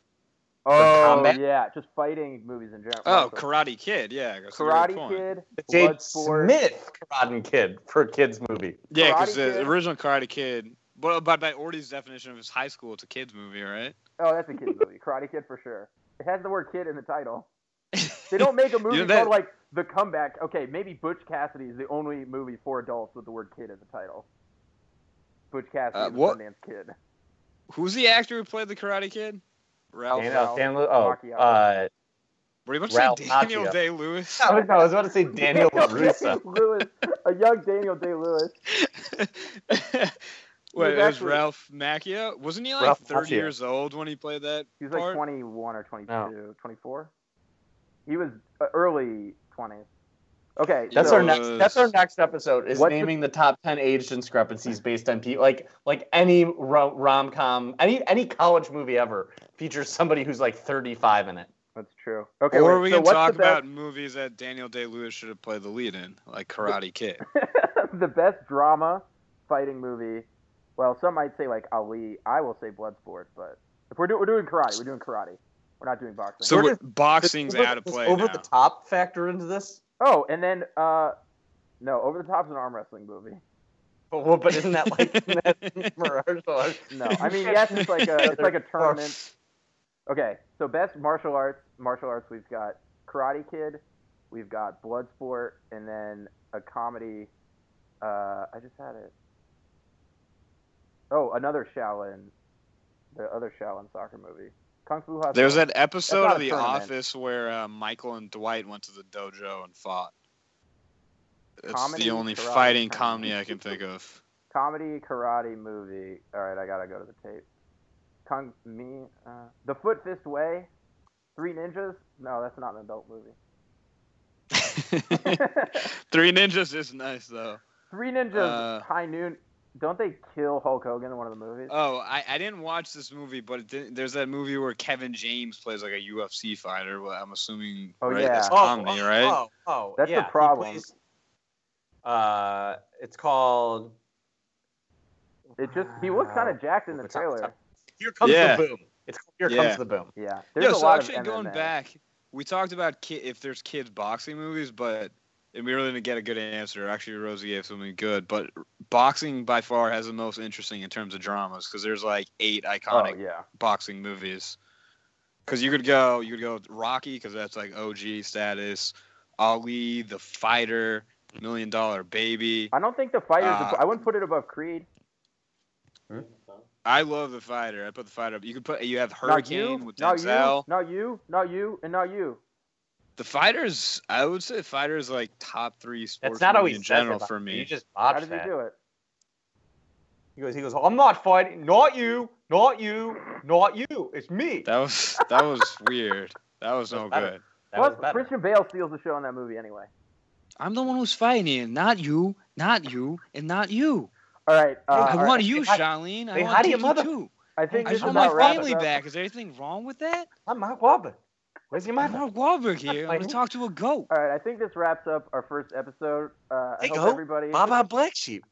Speaker 3: Oh
Speaker 2: combat?
Speaker 3: yeah, just fighting movies in general.
Speaker 4: Oh,
Speaker 3: Also,
Speaker 4: Karate Kid, yeah, that's a good
Speaker 3: uh, Karate
Speaker 4: point.
Speaker 3: Kid,
Speaker 2: Jade
Speaker 3: Bloodsport.
Speaker 2: Smith, Karate Kid for a kids movie.
Speaker 4: Yeah, because
Speaker 3: Karate
Speaker 4: the
Speaker 3: Kid.
Speaker 4: original Karate Kid. uh, Well, by by Orti's definition of his high school, it's a kids movie, right? (laughs)
Speaker 3: Oh, that's a kids movie. Karate Kid for sure. It has the word kid in the title. They don't make a movie
Speaker 4: know, that-
Speaker 3: called like The Comeback. Okay, maybe Butch Cassidy is the only movie for adults with the word kid in the title. Butch Cassidy,
Speaker 4: Uh,
Speaker 3: and the
Speaker 4: what-
Speaker 3: Sundance Kid.
Speaker 4: (laughs) Who's the actor who played the Karate Kid? Ralph.
Speaker 2: Dan,
Speaker 4: Ralph.
Speaker 2: Dan- oh,
Speaker 3: Rocky
Speaker 2: uh, (laughs)
Speaker 4: Were you about to
Speaker 2: Ralph
Speaker 4: say Daniel
Speaker 2: Macchio.
Speaker 4: Day Lewis?
Speaker 2: I was, no, I was about to say
Speaker 3: (laughs)
Speaker 2: Daniel LaRusso.
Speaker 3: Lewis, a young Daniel Day Lewis.
Speaker 4: (laughs) Wait, it was
Speaker 3: actually-
Speaker 4: Ralph Macchio. Wasn't he like
Speaker 2: Ralph
Speaker 4: 30
Speaker 2: Macchio.
Speaker 4: years old when he played that?
Speaker 3: He was like
Speaker 4: part?
Speaker 3: 21 or 22,
Speaker 5: No.
Speaker 3: 24. He was uh, early 20s. Okay,
Speaker 2: That's
Speaker 3: so,
Speaker 2: our next. That's our next episode. Is
Speaker 3: What's the-
Speaker 2: naming the, top ten age discrepancies based on people like like any rom com, any any college movie ever features somebody who's like thirty five in it.
Speaker 3: That's true. Okay,
Speaker 4: or
Speaker 3: wait,
Speaker 4: we
Speaker 3: so
Speaker 4: can
Speaker 3: what's
Speaker 4: talk
Speaker 3: the best-
Speaker 4: about movies that Daniel Day Lewis should have played the lead in, like Karate Kid.
Speaker 3: (laughs) the best drama fighting movie. Well, some might say like Ali. I will say Bloodsport, but if we're, do- we're doing karate, we're doing karate. We're not doing boxing.
Speaker 4: So
Speaker 2: We're
Speaker 4: we're-
Speaker 2: just-
Speaker 4: boxing's
Speaker 2: Does
Speaker 4: out of
Speaker 2: does
Speaker 4: play
Speaker 2: Over
Speaker 4: now.
Speaker 2: the top factor into this,
Speaker 3: oh, and then uh, no, Over the Top's an arm wrestling movie.
Speaker 2: but, well, but isn't that
Speaker 4: (laughs)
Speaker 2: like isn't that martial arts?
Speaker 3: No, I mean yes, it's like a it's like a tournament. Okay, so best martial arts martial arts we've got Karate Kid, we've got Bloodsport, and then a comedy. Uh, I just had it. Oh, another Shaolin, the other Shaolin soccer movie, Kung Fu Hustle.
Speaker 4: There's that episode
Speaker 3: not
Speaker 4: of
Speaker 3: a
Speaker 4: The
Speaker 3: tournament.
Speaker 4: Office where uh, Michael and Dwight went to the dojo and fought. It's
Speaker 3: Comedy,
Speaker 4: the only
Speaker 3: karate,
Speaker 4: fighting
Speaker 3: tournament.
Speaker 4: comedy I can
Speaker 3: (laughs)
Speaker 4: think of. (laughs)
Speaker 3: comedy karate movie. All right, I gotta go to the tape. Kung me, uh, the Foot Fist Way, Three Ninjas. No, that's not an adult
Speaker 4: (laughs)
Speaker 3: movie. (laughs)
Speaker 4: Three Ninjas is nice though.
Speaker 3: Three Ninjas,
Speaker 4: Uh,
Speaker 3: High Noon. Don't they kill Hulk Hogan in one of the movies?
Speaker 4: Oh, I, I didn't watch this movie, but it did, there's that movie where Kevin James plays like a UFC fighter. Well, I'm assuming.
Speaker 3: Oh,
Speaker 4: right?
Speaker 3: yeah.
Speaker 4: That's comedy,
Speaker 2: oh,
Speaker 4: right?
Speaker 2: Oh, oh,
Speaker 3: That's the
Speaker 2: yeah, he
Speaker 3: problem.
Speaker 2: plays- uh, it's called. Uh,
Speaker 3: it just he looks kind of
Speaker 2: (laughs)
Speaker 3: jacked in the
Speaker 2: What's up, what's
Speaker 3: trailer.
Speaker 2: up? Here comes
Speaker 4: Yeah.
Speaker 2: the boom. It's called here
Speaker 4: Yeah.
Speaker 2: comes the boom.
Speaker 3: Yeah,
Speaker 4: Yeah,
Speaker 3: there's a
Speaker 4: so
Speaker 3: lot
Speaker 4: actually
Speaker 3: of
Speaker 4: going
Speaker 3: MMA.
Speaker 4: back, we talked about ki- if there's kids boxing movies, but and we really didn't get a good answer. Actually, Rosie gave something good, but boxing by far has the most interesting in terms of dramas because there's like eight
Speaker 3: Oh
Speaker 4: iconic
Speaker 3: yeah,
Speaker 4: boxing movies. Because you could go, you could go with Rocky because that's like OG status. Ali, The Fighter, Million Dollar Baby.
Speaker 3: I don't think the fighters.
Speaker 4: Uh,
Speaker 3: I wouldn't put it above Creed.
Speaker 4: I love The Fighter. I put The Fighter up. You could put, you have
Speaker 3: Not you,
Speaker 4: Hurricane with
Speaker 3: not you,
Speaker 4: Denzel.
Speaker 3: not you, not you, and not you.
Speaker 4: The fighters, I would say, fighters like top three sports
Speaker 2: That's not how
Speaker 4: movie
Speaker 2: he
Speaker 4: in
Speaker 2: says
Speaker 4: general
Speaker 2: it,
Speaker 4: for
Speaker 2: but
Speaker 4: me.
Speaker 2: You just
Speaker 3: How
Speaker 2: botched
Speaker 3: did
Speaker 2: that.
Speaker 3: you do it?
Speaker 2: He goes, he goes, I'm not fighting. Not you. Not you. Not you. It's me.
Speaker 4: that was that was weird. That was no
Speaker 2: Better.
Speaker 4: good.
Speaker 2: That
Speaker 3: Plus,
Speaker 2: was better.
Speaker 3: Christian Bale steals the show in that movie anyway.
Speaker 4: I'm the one who's fighting you, not you, not you, and not you.
Speaker 3: All right, uh,
Speaker 2: I
Speaker 3: all
Speaker 4: I
Speaker 3: right,
Speaker 4: want you,
Speaker 2: Hey, hi-
Speaker 4: Charlene. I
Speaker 2: hey,
Speaker 4: want
Speaker 2: how do
Speaker 4: you
Speaker 2: you mother-
Speaker 4: too.
Speaker 3: I
Speaker 4: I
Speaker 3: think this
Speaker 4: just
Speaker 3: is
Speaker 4: want
Speaker 2: how
Speaker 4: my
Speaker 3: about wraps
Speaker 4: family
Speaker 3: it up.
Speaker 4: back. Is there anything wrong with that?
Speaker 2: I'm Mark Wahlberg. Where's your
Speaker 4: I'm
Speaker 2: mind?
Speaker 4: Mark Wahlberg here. I'm gonna
Speaker 2: Fighting?
Speaker 4: talk to a goat.
Speaker 3: All right, I think this wraps up our first episode. Uh, I
Speaker 5: Hey,
Speaker 3: hope
Speaker 5: go.
Speaker 3: everybody
Speaker 5: Baba Black Sheep.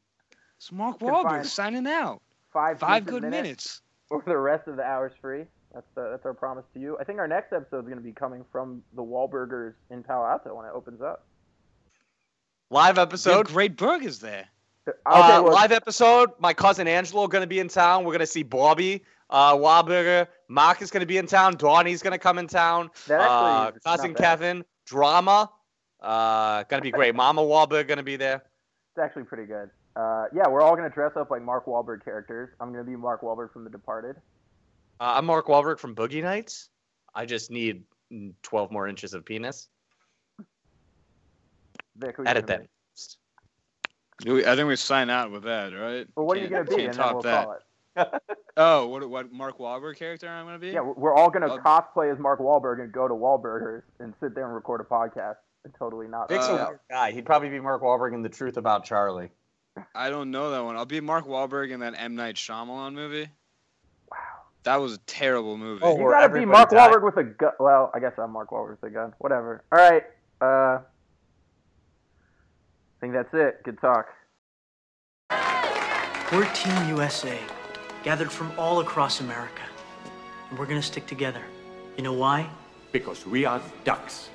Speaker 4: It's Mark
Speaker 3: Good
Speaker 4: Wahlberg
Speaker 3: find.
Speaker 4: signing out.
Speaker 3: five
Speaker 4: Five
Speaker 3: decent
Speaker 4: good minutes.
Speaker 3: or the rest of the hours free. That's uh, that's our promise to you. I think our next episode is going to be coming from the Wahlburgers in Palo Alto when it opens up.
Speaker 5: Live
Speaker 4: So
Speaker 5: episode.
Speaker 4: great burgers there.
Speaker 3: Okay,
Speaker 5: Uh,
Speaker 3: well,
Speaker 5: live episode. My cousin Angelo going to be in town. We're going to see Bobby, uh, Wahlberger. Mark is going to be in town. Donnie's going to come in town.
Speaker 3: that
Speaker 5: Uh,
Speaker 3: actually is
Speaker 5: cousin
Speaker 3: not bad.
Speaker 5: Kevin. Drama. Uh, going to be great. Mama Wahlberg going to be there.
Speaker 3: It's actually pretty good. Uh, yeah, we're all going to dress up like Mark Wahlberg characters. I'm going to be Mark Wahlberg from The Departed.
Speaker 5: Uh, I'm Mark Wahlberg from Boogie Nights. I just need mm, 12 more inches of penis.
Speaker 3: Vic, who you
Speaker 5: Edit
Speaker 3: gonna
Speaker 5: that.
Speaker 3: be?
Speaker 4: I think we sign out with that, right?
Speaker 3: Well, what are you
Speaker 4: Can't-
Speaker 3: going to be?
Speaker 4: Can't
Speaker 3: And then
Speaker 4: top
Speaker 3: we'll
Speaker 4: that.
Speaker 3: call it.
Speaker 4: Oh, what what Mark Wahlberg character I'm gonna be?
Speaker 3: Yeah, we're- we're all going to
Speaker 4: Uh,
Speaker 3: cosplay as Mark Wahlberg and go to Wahlburgers and sit there and record a podcast and totally not.
Speaker 2: Vic's
Speaker 4: Uh,
Speaker 2: a weird guy. He'd probably be Mark Wahlberg in The Truth About Charlie.
Speaker 4: I don't know that one. I'll be Mark Wahlberg in that M Night Shyamalan movie.
Speaker 3: Wow.
Speaker 4: That was a terrible movie.
Speaker 2: Oh,
Speaker 3: You
Speaker 2: where
Speaker 3: gotta be
Speaker 2: everybody
Speaker 3: Mark
Speaker 2: died.
Speaker 3: Wahlberg with a gun. Well, I guess I'm Mark Wahlberg with a gun. Whatever. All right. Uh, I think that's it. Good talk.
Speaker 6: We're Team USA, gathered from all across America. And we're gonna stick together. You know why?
Speaker 7: Because we are ducks,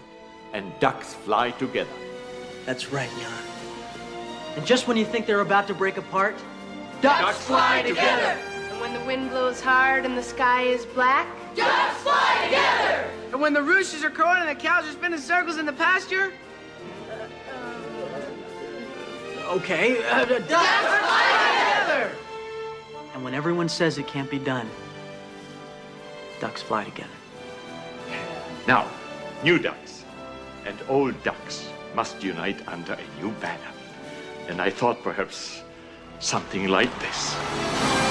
Speaker 7: and ducks fly together.
Speaker 6: That's right, Jan. And just when you think they're about to break apart,
Speaker 7: Ducks fly
Speaker 8: And when the wind blows hard and the sky is black, ducks fly together. And when the roosters are crowing and the cows are spinning circles in the pasture?
Speaker 6: Okay. uh, d-
Speaker 8: That's flying together!
Speaker 6: And when everyone says it can't be done, ducks fly together.
Speaker 7: Now, new ducks and old ducks must unite under a new banner. And I thought perhaps something like this.